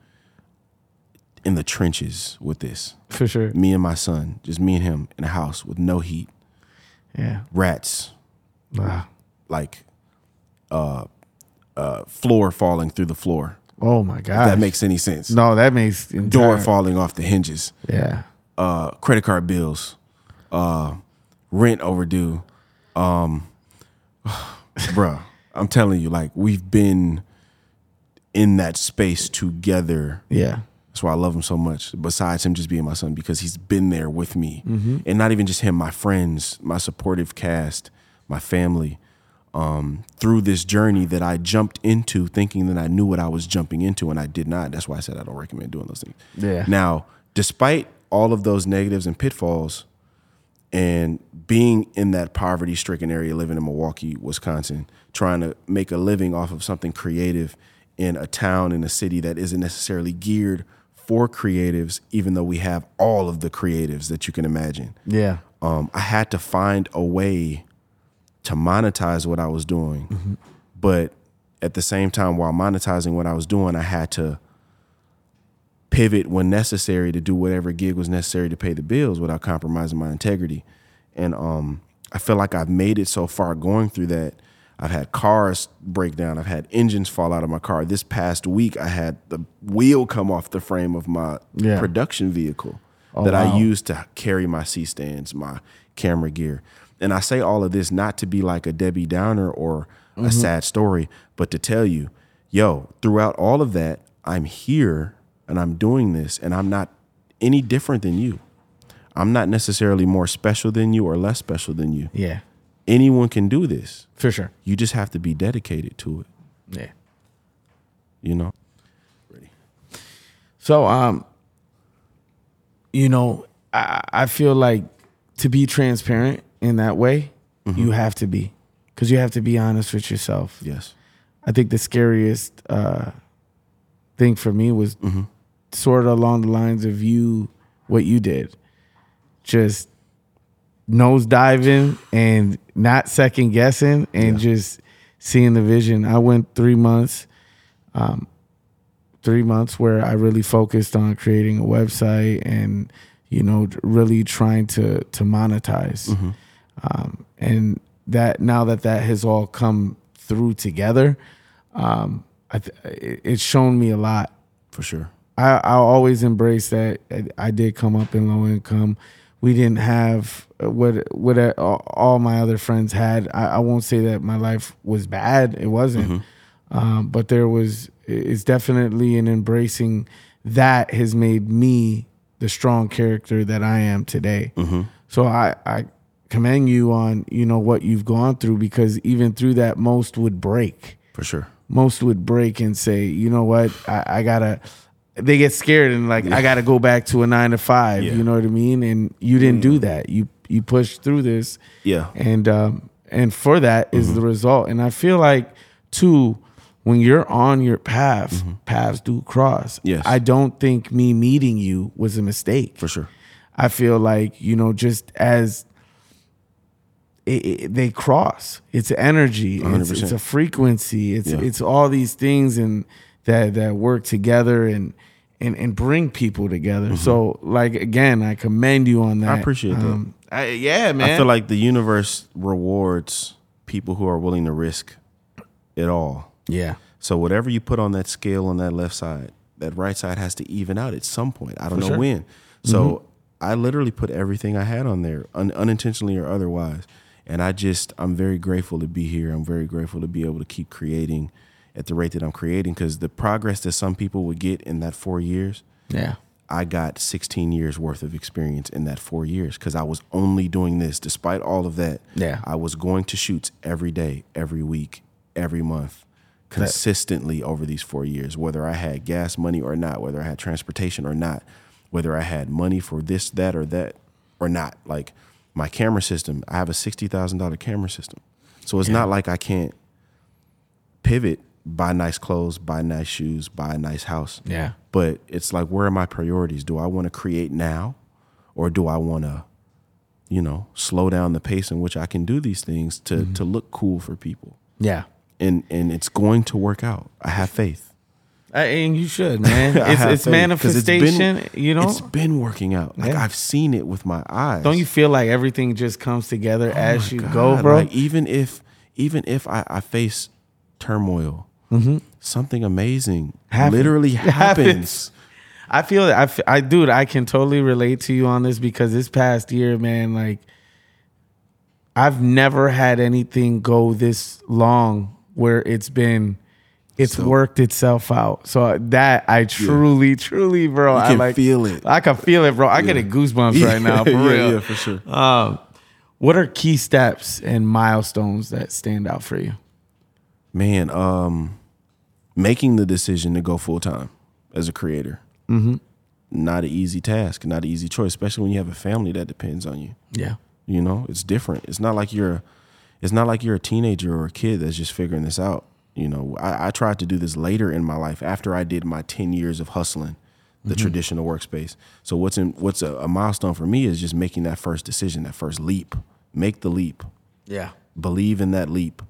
Speaker 2: in the trenches with this.
Speaker 1: for sure.
Speaker 2: Me and my son, just me and him in a house with no heat,
Speaker 1: Yeah.
Speaker 2: rats,
Speaker 1: Wow.
Speaker 2: like uh, uh, floor falling through the floor.
Speaker 1: Oh my god.
Speaker 2: That makes any sense.
Speaker 1: no. That makes entire,
Speaker 2: Door falling off the hinges.
Speaker 1: Yeah.
Speaker 2: uh, credit card bills, uh, rent overdue. Um, bruh, I'm telling you, like we've been in that space together.
Speaker 1: Yeah.
Speaker 2: That's why I love him so much. Besides him just being my son, because he's been there with me, and not even just him, my friends, my supportive cast, my family, um, through this journey that I jumped into, thinking that I knew what I was jumping into, and I did not. That's why I said I don't recommend doing those things.
Speaker 1: Yeah.
Speaker 2: Now, despite all of those negatives and pitfalls, and being in that poverty-stricken area, living in Milwaukee, Wisconsin, trying to make a living off of something creative in a town in a city that isn't necessarily geared for creatives, even though we have all of the creatives that you can imagine
Speaker 1: Yeah.
Speaker 2: um, I had to find a way to monetize what I was doing. But at the same time, while monetizing what I was doing, I had to pivot when necessary to do whatever gig was necessary to pay the bills without compromising my integrity. And um, I feel like I've made it so far going through that. I've had cars break down. I've had engines fall out of my car. This past week, I had the wheel come off the frame of my
Speaker 1: Yeah.
Speaker 2: production vehicle that I
Speaker 1: wow.
Speaker 2: use to carry my C stands, my camera gear. And I say all of this not to be like a Debbie Downer or a sad story, but to tell you, yo, throughout all of that, I'm here and I'm doing this and I'm not any different than you. I'm not necessarily more special than you or less special than you.
Speaker 1: Yeah.
Speaker 2: Anyone can do this.
Speaker 1: For sure.
Speaker 2: You just have to be dedicated to it,
Speaker 1: Yeah.
Speaker 2: you know?
Speaker 1: So um, you know, I I feel like to be transparent in that way,
Speaker 2: Mm-hmm.
Speaker 1: you have to be, because you have to be honest with yourself.
Speaker 2: Yes.
Speaker 1: I think the scariest uh, thing for me was sort of along the lines of you, what you did, just nose diving and not second guessing and just seeing the vision. I went three months, um, three months where I really focused on creating a website and you know really trying to to monetize um, and that now that that has all come through together, um, I th- it- it's shown me a lot.
Speaker 2: For sure.
Speaker 1: I, I always embrace that I- I did come up in low income. We didn't have what what uh, all my other friends had. I, I won't say that my life was bad. It wasn't, um, but there was. It's definitely an embracing that has made me the strong character that I am today. So I, I commend you on you know what you've gone through because even through that most would break
Speaker 2: For sure.
Speaker 1: most would break and say, you know what, I, I gotta. They get scared and like, I gotta go back to a nine to five.
Speaker 2: Yeah. Mm.
Speaker 1: You know what I mean? And you didn't do that. You you pushed through this,
Speaker 2: Yeah. Mm-hmm.
Speaker 1: and um, and for that is the result. And I feel like too, when you're on your path, paths do cross.
Speaker 2: Mm-hmm. Yes.
Speaker 1: I don't think me meeting you was a mistake.
Speaker 2: For sure.
Speaker 1: I feel like you know, just as it, it, they cross, it's energy, it's,
Speaker 2: 100%.
Speaker 1: it's a frequency, it's
Speaker 2: Yeah.
Speaker 1: it's all these things and that that work together and and and bring people together. So like again, I commend you on that.
Speaker 2: Mm-hmm. appreciate that.
Speaker 1: that. I, yeah, man.
Speaker 2: I feel like the universe rewards people who are willing to risk it all.
Speaker 1: yeah,
Speaker 2: So whatever you put on that scale on that left side, that right side has to even out at some point. I don't know
Speaker 1: sure.
Speaker 2: when. So I literally put everything I had on there, un- unintentionally or otherwise. And I just, I'm very grateful to be here. I'm very grateful to be able to keep creating at the rate that I'm creating because the progress that some people would get in that four years,
Speaker 1: yeah,
Speaker 2: I got 16 years worth of experience in that four years because I was only doing this. Despite all of that,
Speaker 1: Yeah.
Speaker 2: I was going to shoots every day, every week, every month, consistently over these four years, whether I had gas money or not, whether I had transportation or not, whether I had money for this, that, or that, or not. Like my camera system, I have a $60,000 camera system. So it's not like I can't pivot, buy nice clothes, buy nice shoes, buy a nice house
Speaker 1: yeah,
Speaker 2: but it's like where are my priorities do i want to create now or do i want to you know slow down the pace in which i can do these things to
Speaker 1: Mm-hmm.
Speaker 2: to look cool for people
Speaker 1: yeah.
Speaker 2: and and it's going to work out i have faith
Speaker 1: Uh, and you should, man.
Speaker 2: I
Speaker 1: It's,
Speaker 2: have
Speaker 1: it's
Speaker 2: faith, 'cause it's been-
Speaker 1: manifestation. you know,
Speaker 2: it's been working out. Like
Speaker 1: Yeah.
Speaker 2: I've seen it with my eyes.
Speaker 1: don't you feel like everything just comes together as
Speaker 2: Oh my
Speaker 1: you
Speaker 2: God,
Speaker 1: go, bro?
Speaker 2: Like even if even if I, I face turmoil,
Speaker 1: Mm-hmm.
Speaker 2: something amazing
Speaker 1: Happens.
Speaker 2: literally happens.
Speaker 1: I feel that. I, f- I, dude, I can totally relate to you on this because this past year, man, like, I've never had anything go this long where it's been, it's
Speaker 2: So-
Speaker 1: worked itself out. So uh, that I truly, truly, bro, I
Speaker 2: can
Speaker 1: like
Speaker 2: feel it.
Speaker 1: I can feel it, bro. I get a goosebumps right now, for
Speaker 2: yeah,
Speaker 1: real.
Speaker 2: yeah, for sure.
Speaker 1: Um, what are key steps and milestones that stand out for you?
Speaker 2: man um making the decision to go full-time as a creator not an easy task not an easy choice especially when you have a family that depends on you
Speaker 1: Yeah.
Speaker 2: you know it's different it's not like you're it's not like you're a teenager or a kid that's just figuring this out you know i, I tried to do this later in my life after i did my 10 years of hustling the traditional workspace so what's in what's a, a milestone for me is just making that first decision that first leap make the leap
Speaker 1: Yeah.
Speaker 2: believe in that leap.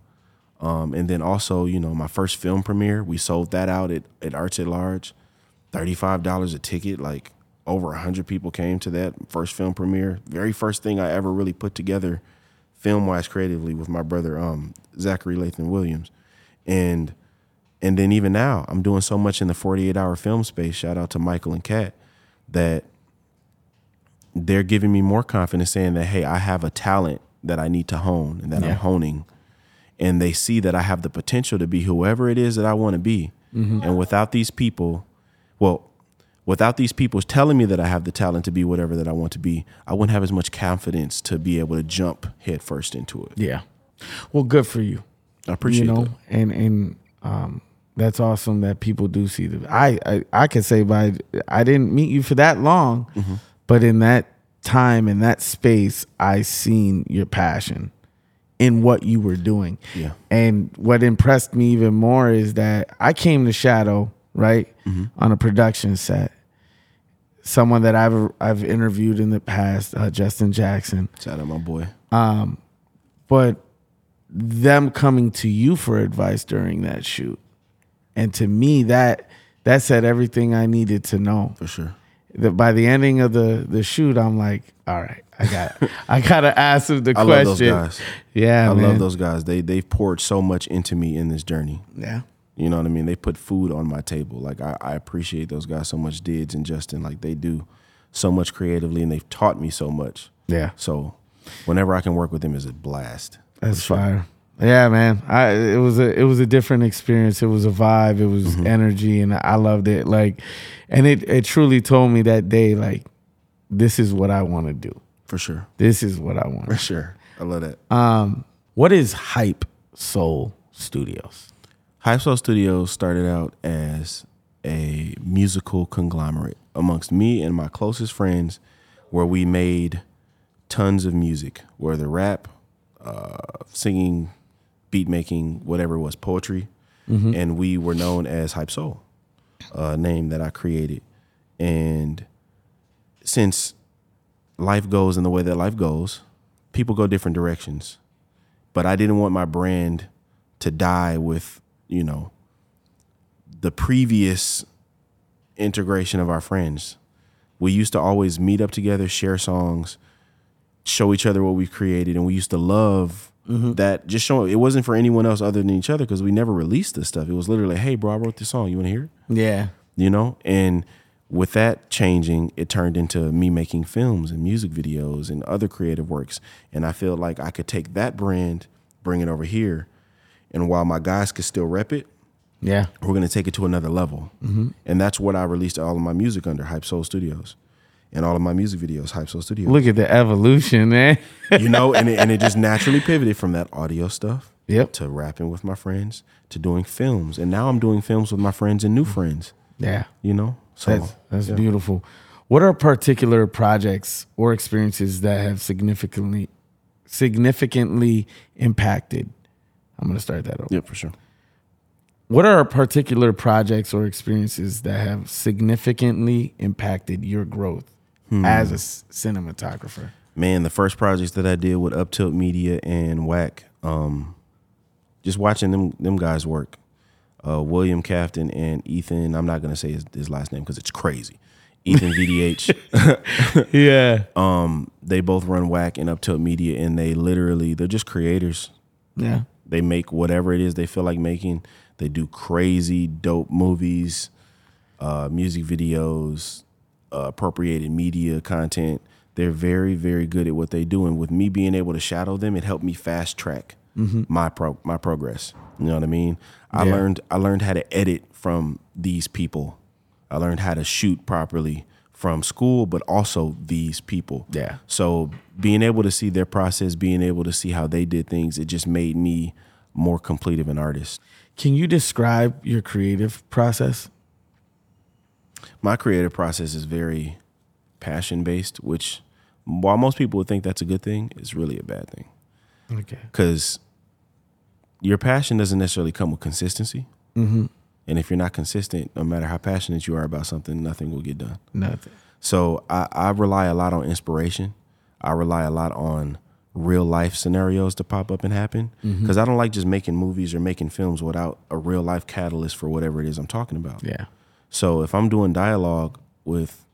Speaker 2: Um, and then also, you know, my first film premiere, we sold that out at, at Arts at Large, $35 a ticket. Like over 100 people came to that first film premiere. Very first thing I ever really put together film wise creatively with my brother, um, Zachary Lathan Williams. And, and then even now, I'm doing so much in the 48 hour film space. Shout out to Michael and Kat that they're giving me more confidence saying that hey i have a talent that i need to hone and that i'm honing and they see that i have the potential to be whoever it is that i want to be
Speaker 1: Mm-hmm.
Speaker 2: and without these people well without these people telling me that i have the talent to be whatever that i want to be i wouldn't have as much confidence to be able to jump headfirst into it
Speaker 1: Yeah. Well, good for you.
Speaker 2: i appreciate
Speaker 1: you know,
Speaker 2: that
Speaker 1: and and um, that's awesome that people do see the. I I, I can say by I didn't meet you for that long,
Speaker 2: Mm-hmm.
Speaker 1: but in that time in that space, I seen your passion in what you were doing.
Speaker 2: Yeah.
Speaker 1: And what impressed me even more is that I came to Shadow right
Speaker 2: Mm-hmm.
Speaker 1: on a production set. Someone that I've I've interviewed in the past, uh, Justin Jackson,
Speaker 2: shout out my boy
Speaker 1: but them coming to you for advice during that shoot and to me that that said everything i needed to know
Speaker 2: for sure
Speaker 1: that by the ending of the the shoot i'm like all right i got i gotta ask him the
Speaker 2: I love
Speaker 1: question
Speaker 2: those guys.
Speaker 1: yeah
Speaker 2: i
Speaker 1: man.
Speaker 2: love those guys they they've poured so much into me in this journey
Speaker 1: yeah
Speaker 2: You know what I mean? They put food on my table. Like I, I appreciate those guys so much, Dids and Justin. Like they do so much creatively, and they've taught me so much.
Speaker 1: yeah
Speaker 2: So whenever I can work with them, is a blast.
Speaker 1: that's fire yeah man i it was a it was a different experience it was a vibe it was
Speaker 2: Mm-hmm.
Speaker 1: energy and i loved it like and it it truly told me that day like this is what i want to do
Speaker 2: For sure.
Speaker 1: this is what i want
Speaker 2: For sure. I love that.
Speaker 1: What is Hype Soul Studios?
Speaker 2: Hype Soul Studios started out as a musical conglomerate amongst me and my closest friends, where we made tons of music, whether rap, uh, singing, beat making, whatever it was, poetry. And we were known as Hype Soul, a name that I created. And since life goes in the way that life goes, people go different directions but I didn't want my brand to die with, you know, the previous integration of our friends. We used to always meet up together, share songs, show each other what we've created, and we used to love that. Just showing it wasn't for anyone else other than each other because we never released this stuff. It was literally, hey, bro, I wrote this song. You want to hear it?
Speaker 1: Yeah.
Speaker 2: you know and with that changing it turned into me making films and music videos and other creative works and i feel like i could take that brand bring it over here and while my guys could still rep it
Speaker 1: Yeah.
Speaker 2: we're going to take it to another level and that's what i released all of my music under hype soul studios and all of my music videos hype soul studios
Speaker 1: Look at the evolution, man.
Speaker 2: you know, and it, and it just naturally pivoted from that audio stuff
Speaker 1: Yep.
Speaker 2: to rapping with my friends to doing films, and now I'm doing films with my friends and new friends.
Speaker 1: yeah.
Speaker 2: You know, so
Speaker 1: That's that's beautiful. What are particular projects or experiences that have significantly significantly impacted? I'm gonna start that over.
Speaker 2: yeah, for sure.
Speaker 1: What are particular projects or experiences that have significantly impacted your growth as a s- cinematographer?
Speaker 2: man, the first projects that I did with Up Tilt Media and Whack, um, just watching them them guys work, uh, William Cafton and Ethan. I'm not gonna say his, his last name because it's crazy. Ethan VDH.
Speaker 1: Yeah.
Speaker 2: Um, they both run Whack and Up Tilt Media, and they literally they're just creators.
Speaker 1: Yeah.
Speaker 2: They make whatever it is they feel like making. They do crazy dope movies, uh, music videos, uh, appropriated media content. They're very very good at what they do, and with me being able to shadow them, it helped me fast track my pro my progress. You know what I mean? I
Speaker 1: Mm-hmm. Yeah.
Speaker 2: learned I learned how to edit from these people. I learned how to shoot properly from school, but also these people.
Speaker 1: Yeah.
Speaker 2: So being able to see their process, being able to see how they did things, it just made me more complete of an artist.
Speaker 1: Can you describe your creative process?
Speaker 2: My creative process is very passion based, which while most people would think that's a good thing, it's really a bad thing.
Speaker 1: Okay.
Speaker 2: Because your passion doesn't necessarily come with consistency. Mm-hmm. And if you're not consistent, no matter how passionate you are about something, nothing will get done.
Speaker 1: Nothing.
Speaker 2: So I, I rely a lot on inspiration. I rely a lot on real life scenarios to pop up and happen because I don't like just making movies or making films without a real life catalyst for whatever it is I'm talking about.
Speaker 1: Yeah.
Speaker 2: So if I'm doing dialogue with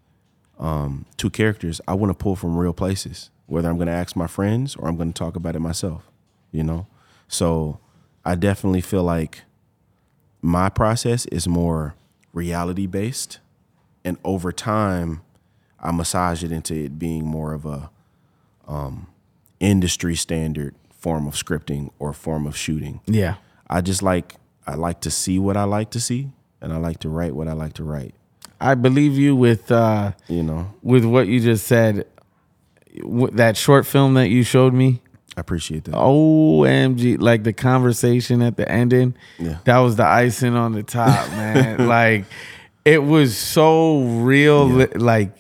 Speaker 2: um, two characters, I want to pull from real places, whether I'm going to ask my friends or I'm going to talk about it myself, you know? So I definitely feel like my process is more reality based. And over time, I massage it into it being more of a um, industry standard form of scripting or form of shooting.
Speaker 1: Yeah.
Speaker 2: I just like I like to see what I like to see, and I like to write what I like to write.
Speaker 1: I believe you with uh
Speaker 2: You know,
Speaker 1: with what you just said. W- That short film that you showed me.
Speaker 2: I appreciate
Speaker 1: Oh.
Speaker 2: that.
Speaker 1: OMG, like the conversation at the ending,
Speaker 2: Yeah.
Speaker 1: that was the icing on the top, man. like it was so real,
Speaker 2: Yeah.
Speaker 1: li- like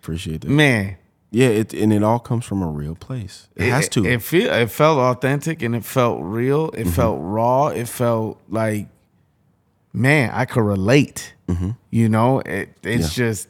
Speaker 2: Appreciate that.
Speaker 1: man.
Speaker 2: Yeah, it and it all comes from a real place. It, has to. Mm-hmm.
Speaker 1: It, feel it felt authentic and it felt real. It felt raw. It felt like, man, I could relate.
Speaker 2: Mm-hmm.
Speaker 1: You know, it, it's just,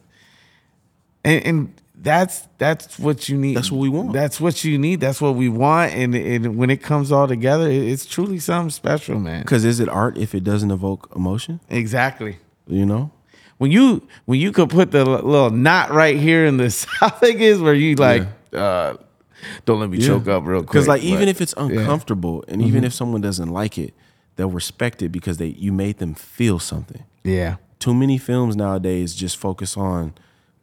Speaker 1: and, and that's that's what you need.
Speaker 2: That's what we want.
Speaker 1: That's what you need. That's what we want. And and when it comes all together, it, it's truly something special, man.
Speaker 2: Because is it art if it doesn't evoke emotion?
Speaker 1: Exactly.
Speaker 2: You know.
Speaker 1: When you when you could put the l- little knot right here in the esophagus where you like, uh, don't let me choke up real quick.
Speaker 2: Because like even
Speaker 1: but- Mm-hmm.
Speaker 2: if it's uncomfortable, and even if someone doesn't like it, they'll respect it because they you made them feel something.
Speaker 1: yeah.
Speaker 2: too many films nowadays just focus on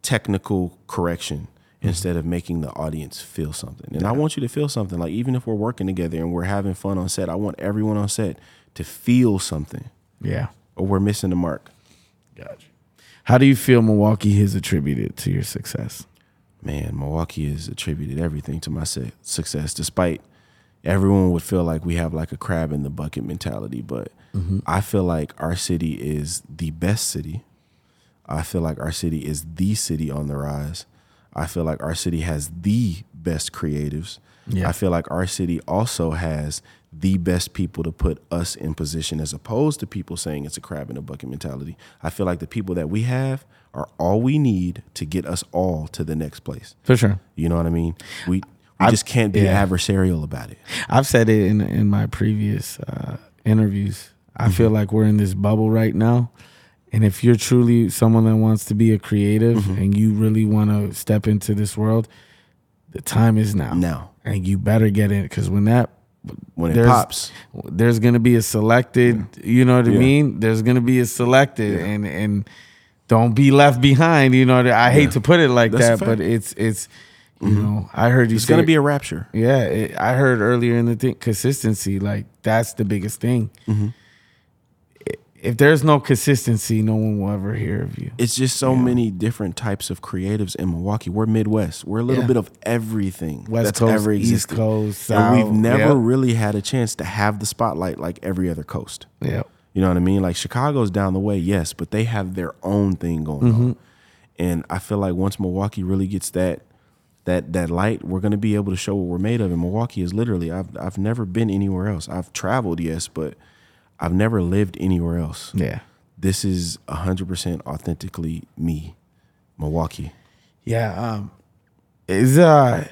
Speaker 2: technical correction instead of making the audience feel something. And I want you to feel something. Like even if we're working together and we're having fun on set, I want everyone on set to feel something
Speaker 1: Yeah.
Speaker 2: or we're missing the mark.
Speaker 1: Gotcha. How do you feel Milwaukee has attributed to your success?
Speaker 2: Man, Milwaukee has attributed everything to my se- success despite everyone would feel like we have like a crab in the bucket mentality, but I feel like our city is the best city. I feel like our city is the city on the rise. I feel like our city has the best creatives.
Speaker 1: Yeah.
Speaker 2: I feel like our city also has the best people to put us in position as opposed to people saying it's a crab in a bucket mentality. I feel like the people that we have are all we need to get us all to the next place.
Speaker 1: For sure.
Speaker 2: You know what I mean? We we just can't be
Speaker 1: yeah.
Speaker 2: adversarial about it.
Speaker 1: I've said it in in my previous uh, interviews. I feel like we're in this bubble right now. And if you're truly someone that wants to be a creative and you really want to step into this world, the time is now.
Speaker 2: Now,
Speaker 1: And you better get in because when that
Speaker 2: when it
Speaker 1: There's-
Speaker 2: pops,
Speaker 1: there's going to be a selected. You know what I
Speaker 2: Yeah.
Speaker 1: mean? There's going to be a selected, and and don't be left behind. You know, I hate to put it like
Speaker 2: That's
Speaker 1: that,
Speaker 2: a
Speaker 1: but
Speaker 2: fact. Mm-hmm.
Speaker 1: it's it's. You know, I heard you.
Speaker 2: it's going to be a rapture.
Speaker 1: Yeah, it, I heard earlier in the thing consistency. Like that's the biggest thing.
Speaker 2: Mm-hmm.
Speaker 1: I- If there's no consistency, no one will ever hear of you.
Speaker 2: It's just so many different types of creatives in Milwaukee. We're Midwest. We're a little
Speaker 1: Yeah.
Speaker 2: bit of everything
Speaker 1: West
Speaker 2: that's
Speaker 1: Coast,
Speaker 2: ever
Speaker 1: East
Speaker 2: existed.
Speaker 1: Coast, South.
Speaker 2: and we've never
Speaker 1: Yep.
Speaker 2: really had a chance to have the spotlight like every other coast.
Speaker 1: Yep.
Speaker 2: You know what I mean? Like Chicago's down the way, yes, but they have their own thing going
Speaker 1: Mm-hmm.
Speaker 2: on. And I feel like once Milwaukee really gets that that that light, we're gonna be able to show what we're made of. And Milwaukee is literally I've I've never been anywhere else. I've traveled, yes, but I've never lived anywhere else.
Speaker 1: Yeah.
Speaker 2: This is hundred percent authentically me, Milwaukee.
Speaker 1: Yeah. Um, is uh,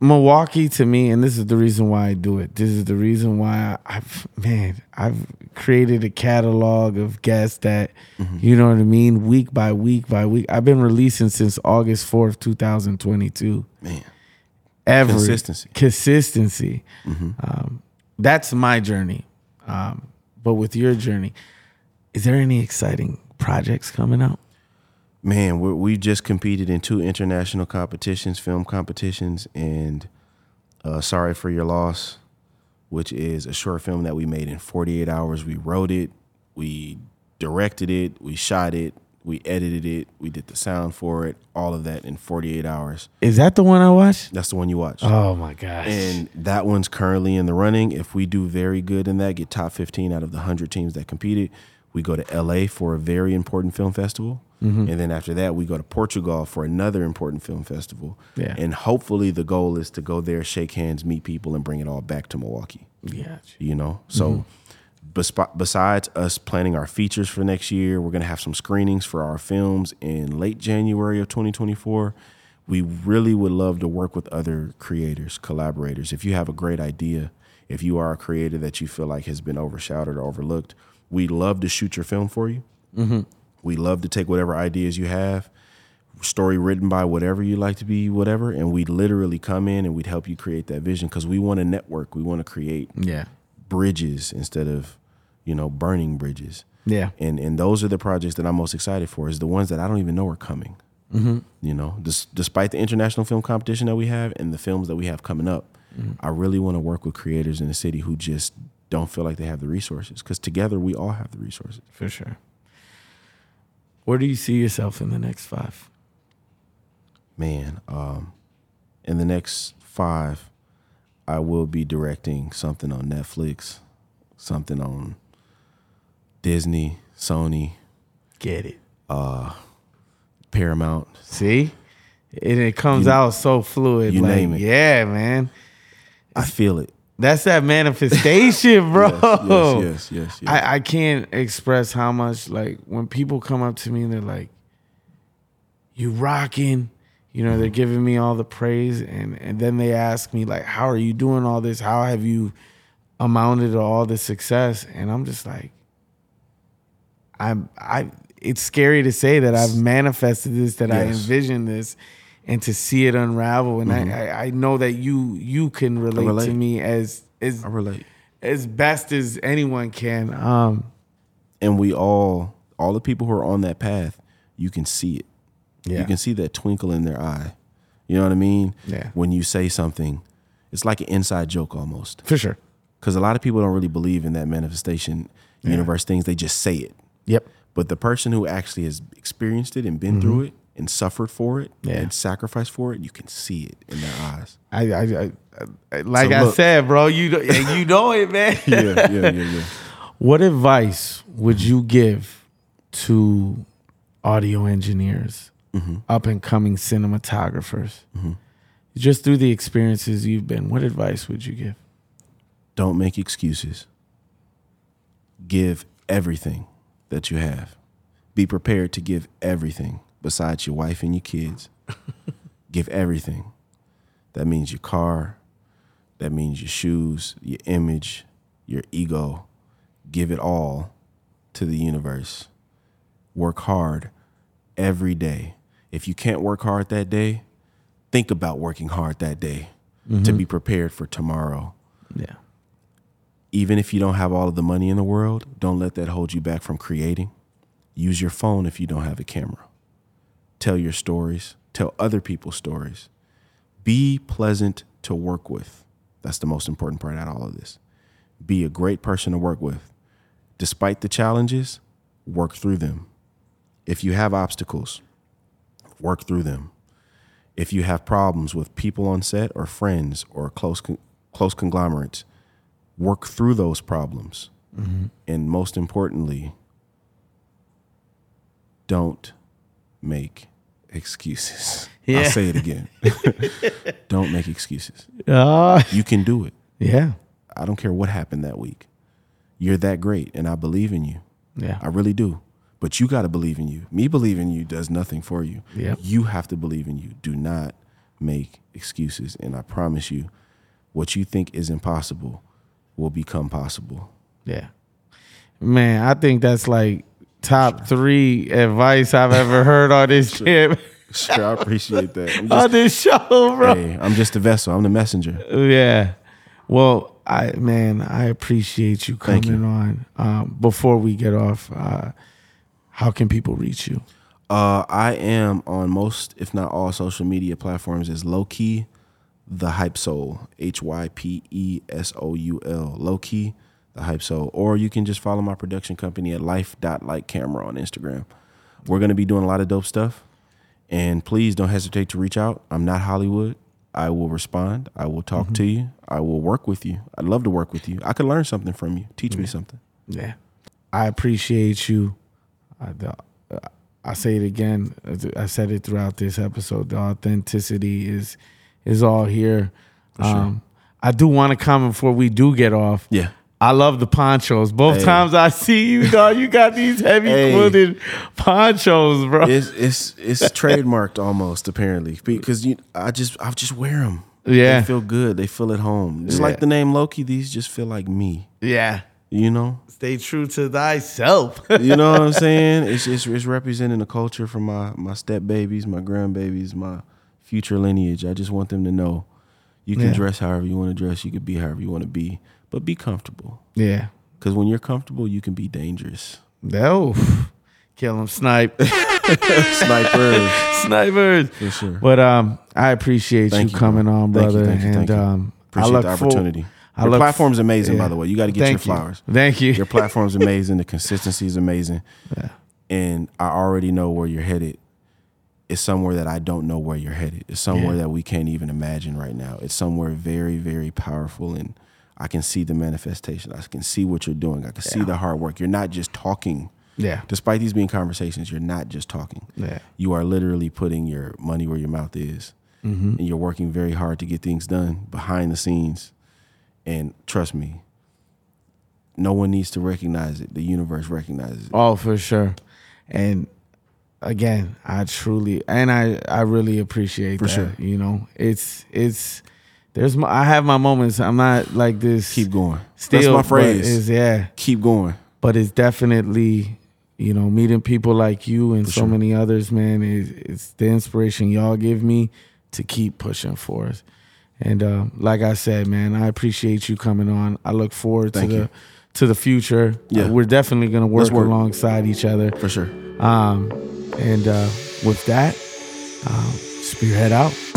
Speaker 1: Milwaukee to me, and this is the reason why I do it. This is the reason why I, I've man, I've created a catalog of guests that,
Speaker 2: Mm-hmm.
Speaker 1: you know what I mean, week by week by week. I've been releasing since August fourth, two thousand twenty-two.
Speaker 2: Man.
Speaker 1: Every
Speaker 2: Consistency. Mm-hmm.
Speaker 1: consistency. Um, that's my journey. Um, but with your journey, is there any exciting projects coming out?
Speaker 2: Man, we we just competed in two international competitions, film competitions, and uh, Sorry for Your Loss, which is a short film that we made in 48 hours. We wrote it, we directed it, we shot it, we edited it, we did the sound for it, all of that in 48 hours.
Speaker 1: Is that the one I watched?
Speaker 2: That's the one you watched.
Speaker 1: Oh my gosh.
Speaker 2: And that one's currently in the running. If we do very good in that, get top 15 out of the 100 teams that competed, we go to LA for a very important film festival. And then after that, we go to Portugal for another important film festival.
Speaker 1: Yeah.
Speaker 2: And hopefully, the goal is to go there, shake hands, meet people, and bring it all back to Milwaukee
Speaker 1: yeah.
Speaker 2: you know so besp besides us planning our features for next year we're going to have some screenings for our films in late january of 2024 we really would love to work with other creators collaborators if you have a great idea if you are a creator that you feel like has been overshadowed or overlooked we'd love to shoot your film for you we love to take whatever ideas you have story written by whatever you like to be whatever and we'd literally come in and we'd help you create that vision because we want to network we want to create
Speaker 1: Yeah.
Speaker 2: bridges instead of you know burning bridges
Speaker 1: Yeah.
Speaker 2: and and those are the projects that i'm most excited for is the ones that i don't even know are coming you know dis- despite the international film competition that we have and the films that we have coming up i really want to work with creators in the city who just don't feel like they have the resources because together we all have the resources
Speaker 1: For sure. Where do you see yourself in the next five?
Speaker 2: man um in the next five i will be directing something on netflix something on disney sony
Speaker 1: Get it.
Speaker 2: uh, paramount
Speaker 1: See? And it comes out so fluid.
Speaker 2: you
Speaker 1: like,
Speaker 2: name it.
Speaker 1: Yeah, man.
Speaker 2: I feel it.
Speaker 1: That's that manifestation, bro.
Speaker 2: Yes, yes, yes. yes.
Speaker 1: I, I can't express how much like when people come up to me and they're like, "You rocking," you know, they're
Speaker 2: Mm-hmm.
Speaker 1: giving me all the praise, and and then they ask me like, "How are you doing all this? How have you amounted to all this success?" And I'm just like, I'm I. It's scary to say that I've manifested this, that I
Speaker 2: Yes. Mm-hmm.
Speaker 1: envisioned this, and to see it unravel. And I, I I know that you you can relate, to
Speaker 2: relate.
Speaker 1: me as as
Speaker 2: I relate.
Speaker 1: as best as anyone can. Um,
Speaker 2: And we all, all the people who are on that path, you can see it. You can see that twinkle in their eye. You know what I mean?
Speaker 1: Yeah.
Speaker 2: When you say something, it's like an inside joke almost.
Speaker 1: for sure.
Speaker 2: Because a lot of people don't really believe in that manifestation universe things. They just say it.
Speaker 1: Yep.
Speaker 2: But the person who actually has experienced it and been through it and suffered for it
Speaker 1: Mm-hmm. Yeah.
Speaker 2: and sacrificed for it, you can see it in their eyes.
Speaker 1: I, I, I, I like
Speaker 2: So
Speaker 1: I
Speaker 2: look-
Speaker 1: said, bro. You know- and you know it, man.
Speaker 2: yeah, yeah, yeah, yeah.
Speaker 1: What advice would you give to audio engineers, up and coming cinematographers, just through the experiences you've been? What advice would you give?
Speaker 2: Don't make excuses. Give everything that you have. Be prepared to give everything besides your wife and your kids. give everything. That means your car, that means your shoes, your image, your ego. Give it all to the universe. Work hard every day. If you can't work hard that day, think about working hard that day to be prepared for tomorrow
Speaker 1: Yeah.
Speaker 2: even if you don't have all of the money in the world, don't let that hold you back from creating. Use your phone if you don't have a camera. Tell your stories, tell other people's stories. Be pleasant to work with. That's the most important part out of all of this. Be a great person to work with. Despite the challenges, work through them. If you have obstacles, work through them. If you have problems with people on set or friends or close con- close conglomerates, work through those problems. And most importantly, don't make excuses.
Speaker 1: Yeah.
Speaker 2: I'll say it again. don't make excuses.
Speaker 1: Uh,
Speaker 2: You can do it.
Speaker 1: yeah.
Speaker 2: I don't care what happened that week. You're that great, and I believe in you.
Speaker 1: Yeah.
Speaker 2: I really do. But you got to believe in you. Me believing in you does nothing for you.
Speaker 1: Yep.
Speaker 2: You have to believe in you. Do not make excuses. And I promise you, what you think is impossible will become possible.
Speaker 1: Yeah. Man, I think that's like top three advice I've ever heard on this ship,
Speaker 2: Sure, I appreciate that. I'm
Speaker 1: on
Speaker 2: just,
Speaker 1: this show, bro.
Speaker 2: hey, I'm just the vessel. I'm the messenger.
Speaker 1: Oh, Yeah. Well, I man, I appreciate you coming on. Um, before we get off, uh, how can people reach you?
Speaker 2: Uh, I am on most, if not all, social media platforms as low key the hype soul. H Y P E S O U L. Low key the hype soul. Or you can just follow my production company at life.likeCamera on Instagram. We're gonna be doing a lot of dope stuff. And please don't hesitate to reach out. I'm not Hollywood. I will respond. I will talk to you. I will work with you. I'd love to work with you. I could learn something from you. Teach me something.
Speaker 1: Yeah. I appreciate you. I, the, uh, I say it again. I said it throughout this episode. The authenticity is is all here. Um, I do want to comment before we do get off.
Speaker 2: Yeah.
Speaker 1: I love the ponchos. Both times I see you, dog, you got these heavy
Speaker 2: Hey.
Speaker 1: quilted ponchos, bro.
Speaker 2: it's it's it's trademarked almost apparently because you I just I just wear them.
Speaker 1: Yeah.
Speaker 2: they feel good. They feel at home. Just
Speaker 1: Yeah.
Speaker 2: like the name Loki, these just feel like me.
Speaker 1: yeah.
Speaker 2: You know,
Speaker 1: Stay true to thyself.
Speaker 2: you know what I'm saying? It's it's, it's representing the culture from my my step babies, my grandbabies, my future lineage. I just want them to know you can
Speaker 1: Yeah.
Speaker 2: dress however you want to dress. You can be however you want to be, but be comfortable.
Speaker 1: yeah.
Speaker 2: Because when you're comfortable, you can be dangerous.
Speaker 1: No. Kill him, snipe.
Speaker 2: Snipers,
Speaker 1: Snipers.
Speaker 2: for sure.
Speaker 1: But um, I appreciate you
Speaker 2: Thank you, bro.
Speaker 1: coming on,
Speaker 2: Thank you,
Speaker 1: brother.
Speaker 2: thank you,
Speaker 1: and
Speaker 2: thank you.
Speaker 1: um, I
Speaker 2: Appreciate
Speaker 1: look
Speaker 2: the
Speaker 1: for-
Speaker 2: opportunity.
Speaker 1: I
Speaker 2: your
Speaker 1: look
Speaker 2: platform's amazing,
Speaker 1: yeah.
Speaker 2: by the way. You got to get your
Speaker 1: Thank you.
Speaker 2: flowers.
Speaker 1: Thank you.
Speaker 2: Your platform's amazing. The consistency is amazing. And I already know where you're headed. It's somewhere that I don't know where you're headed. It's somewhere
Speaker 1: Yeah.
Speaker 2: that we can't even imagine right now. It's somewhere very, very powerful. And I can see the manifestation. I can see what you're doing. I can see the hard work. You're not just talking.
Speaker 1: Yeah.
Speaker 2: Despite these being conversations, you're not just talking.
Speaker 1: Yeah.
Speaker 2: You are literally putting your money where your mouth is. And you're working very hard to get things done behind the scenes. And trust me, no one needs to recognize it. The universe recognizes it.
Speaker 1: Oh, for sure. And again, I truly and I I really appreciate that.
Speaker 2: sure.
Speaker 1: You know, it's it's there's my, I have my moments. I'm not like this.
Speaker 2: Keep going.
Speaker 1: Still,
Speaker 2: That's my phrase.
Speaker 1: Is yeah.
Speaker 2: Keep going.
Speaker 1: but it's definitely you know meeting people like you and so many others man is it's the inspiration y'all give me to keep pushing for us and uh, like i said man i appreciate you coming on i look forward
Speaker 2: Thank
Speaker 1: to the
Speaker 2: you.
Speaker 1: to the future
Speaker 2: Yeah.
Speaker 1: Uh, we're definitely going to work,
Speaker 2: work.
Speaker 1: alongside each other
Speaker 2: For sure.
Speaker 1: um, and uh, with that um, spearhead out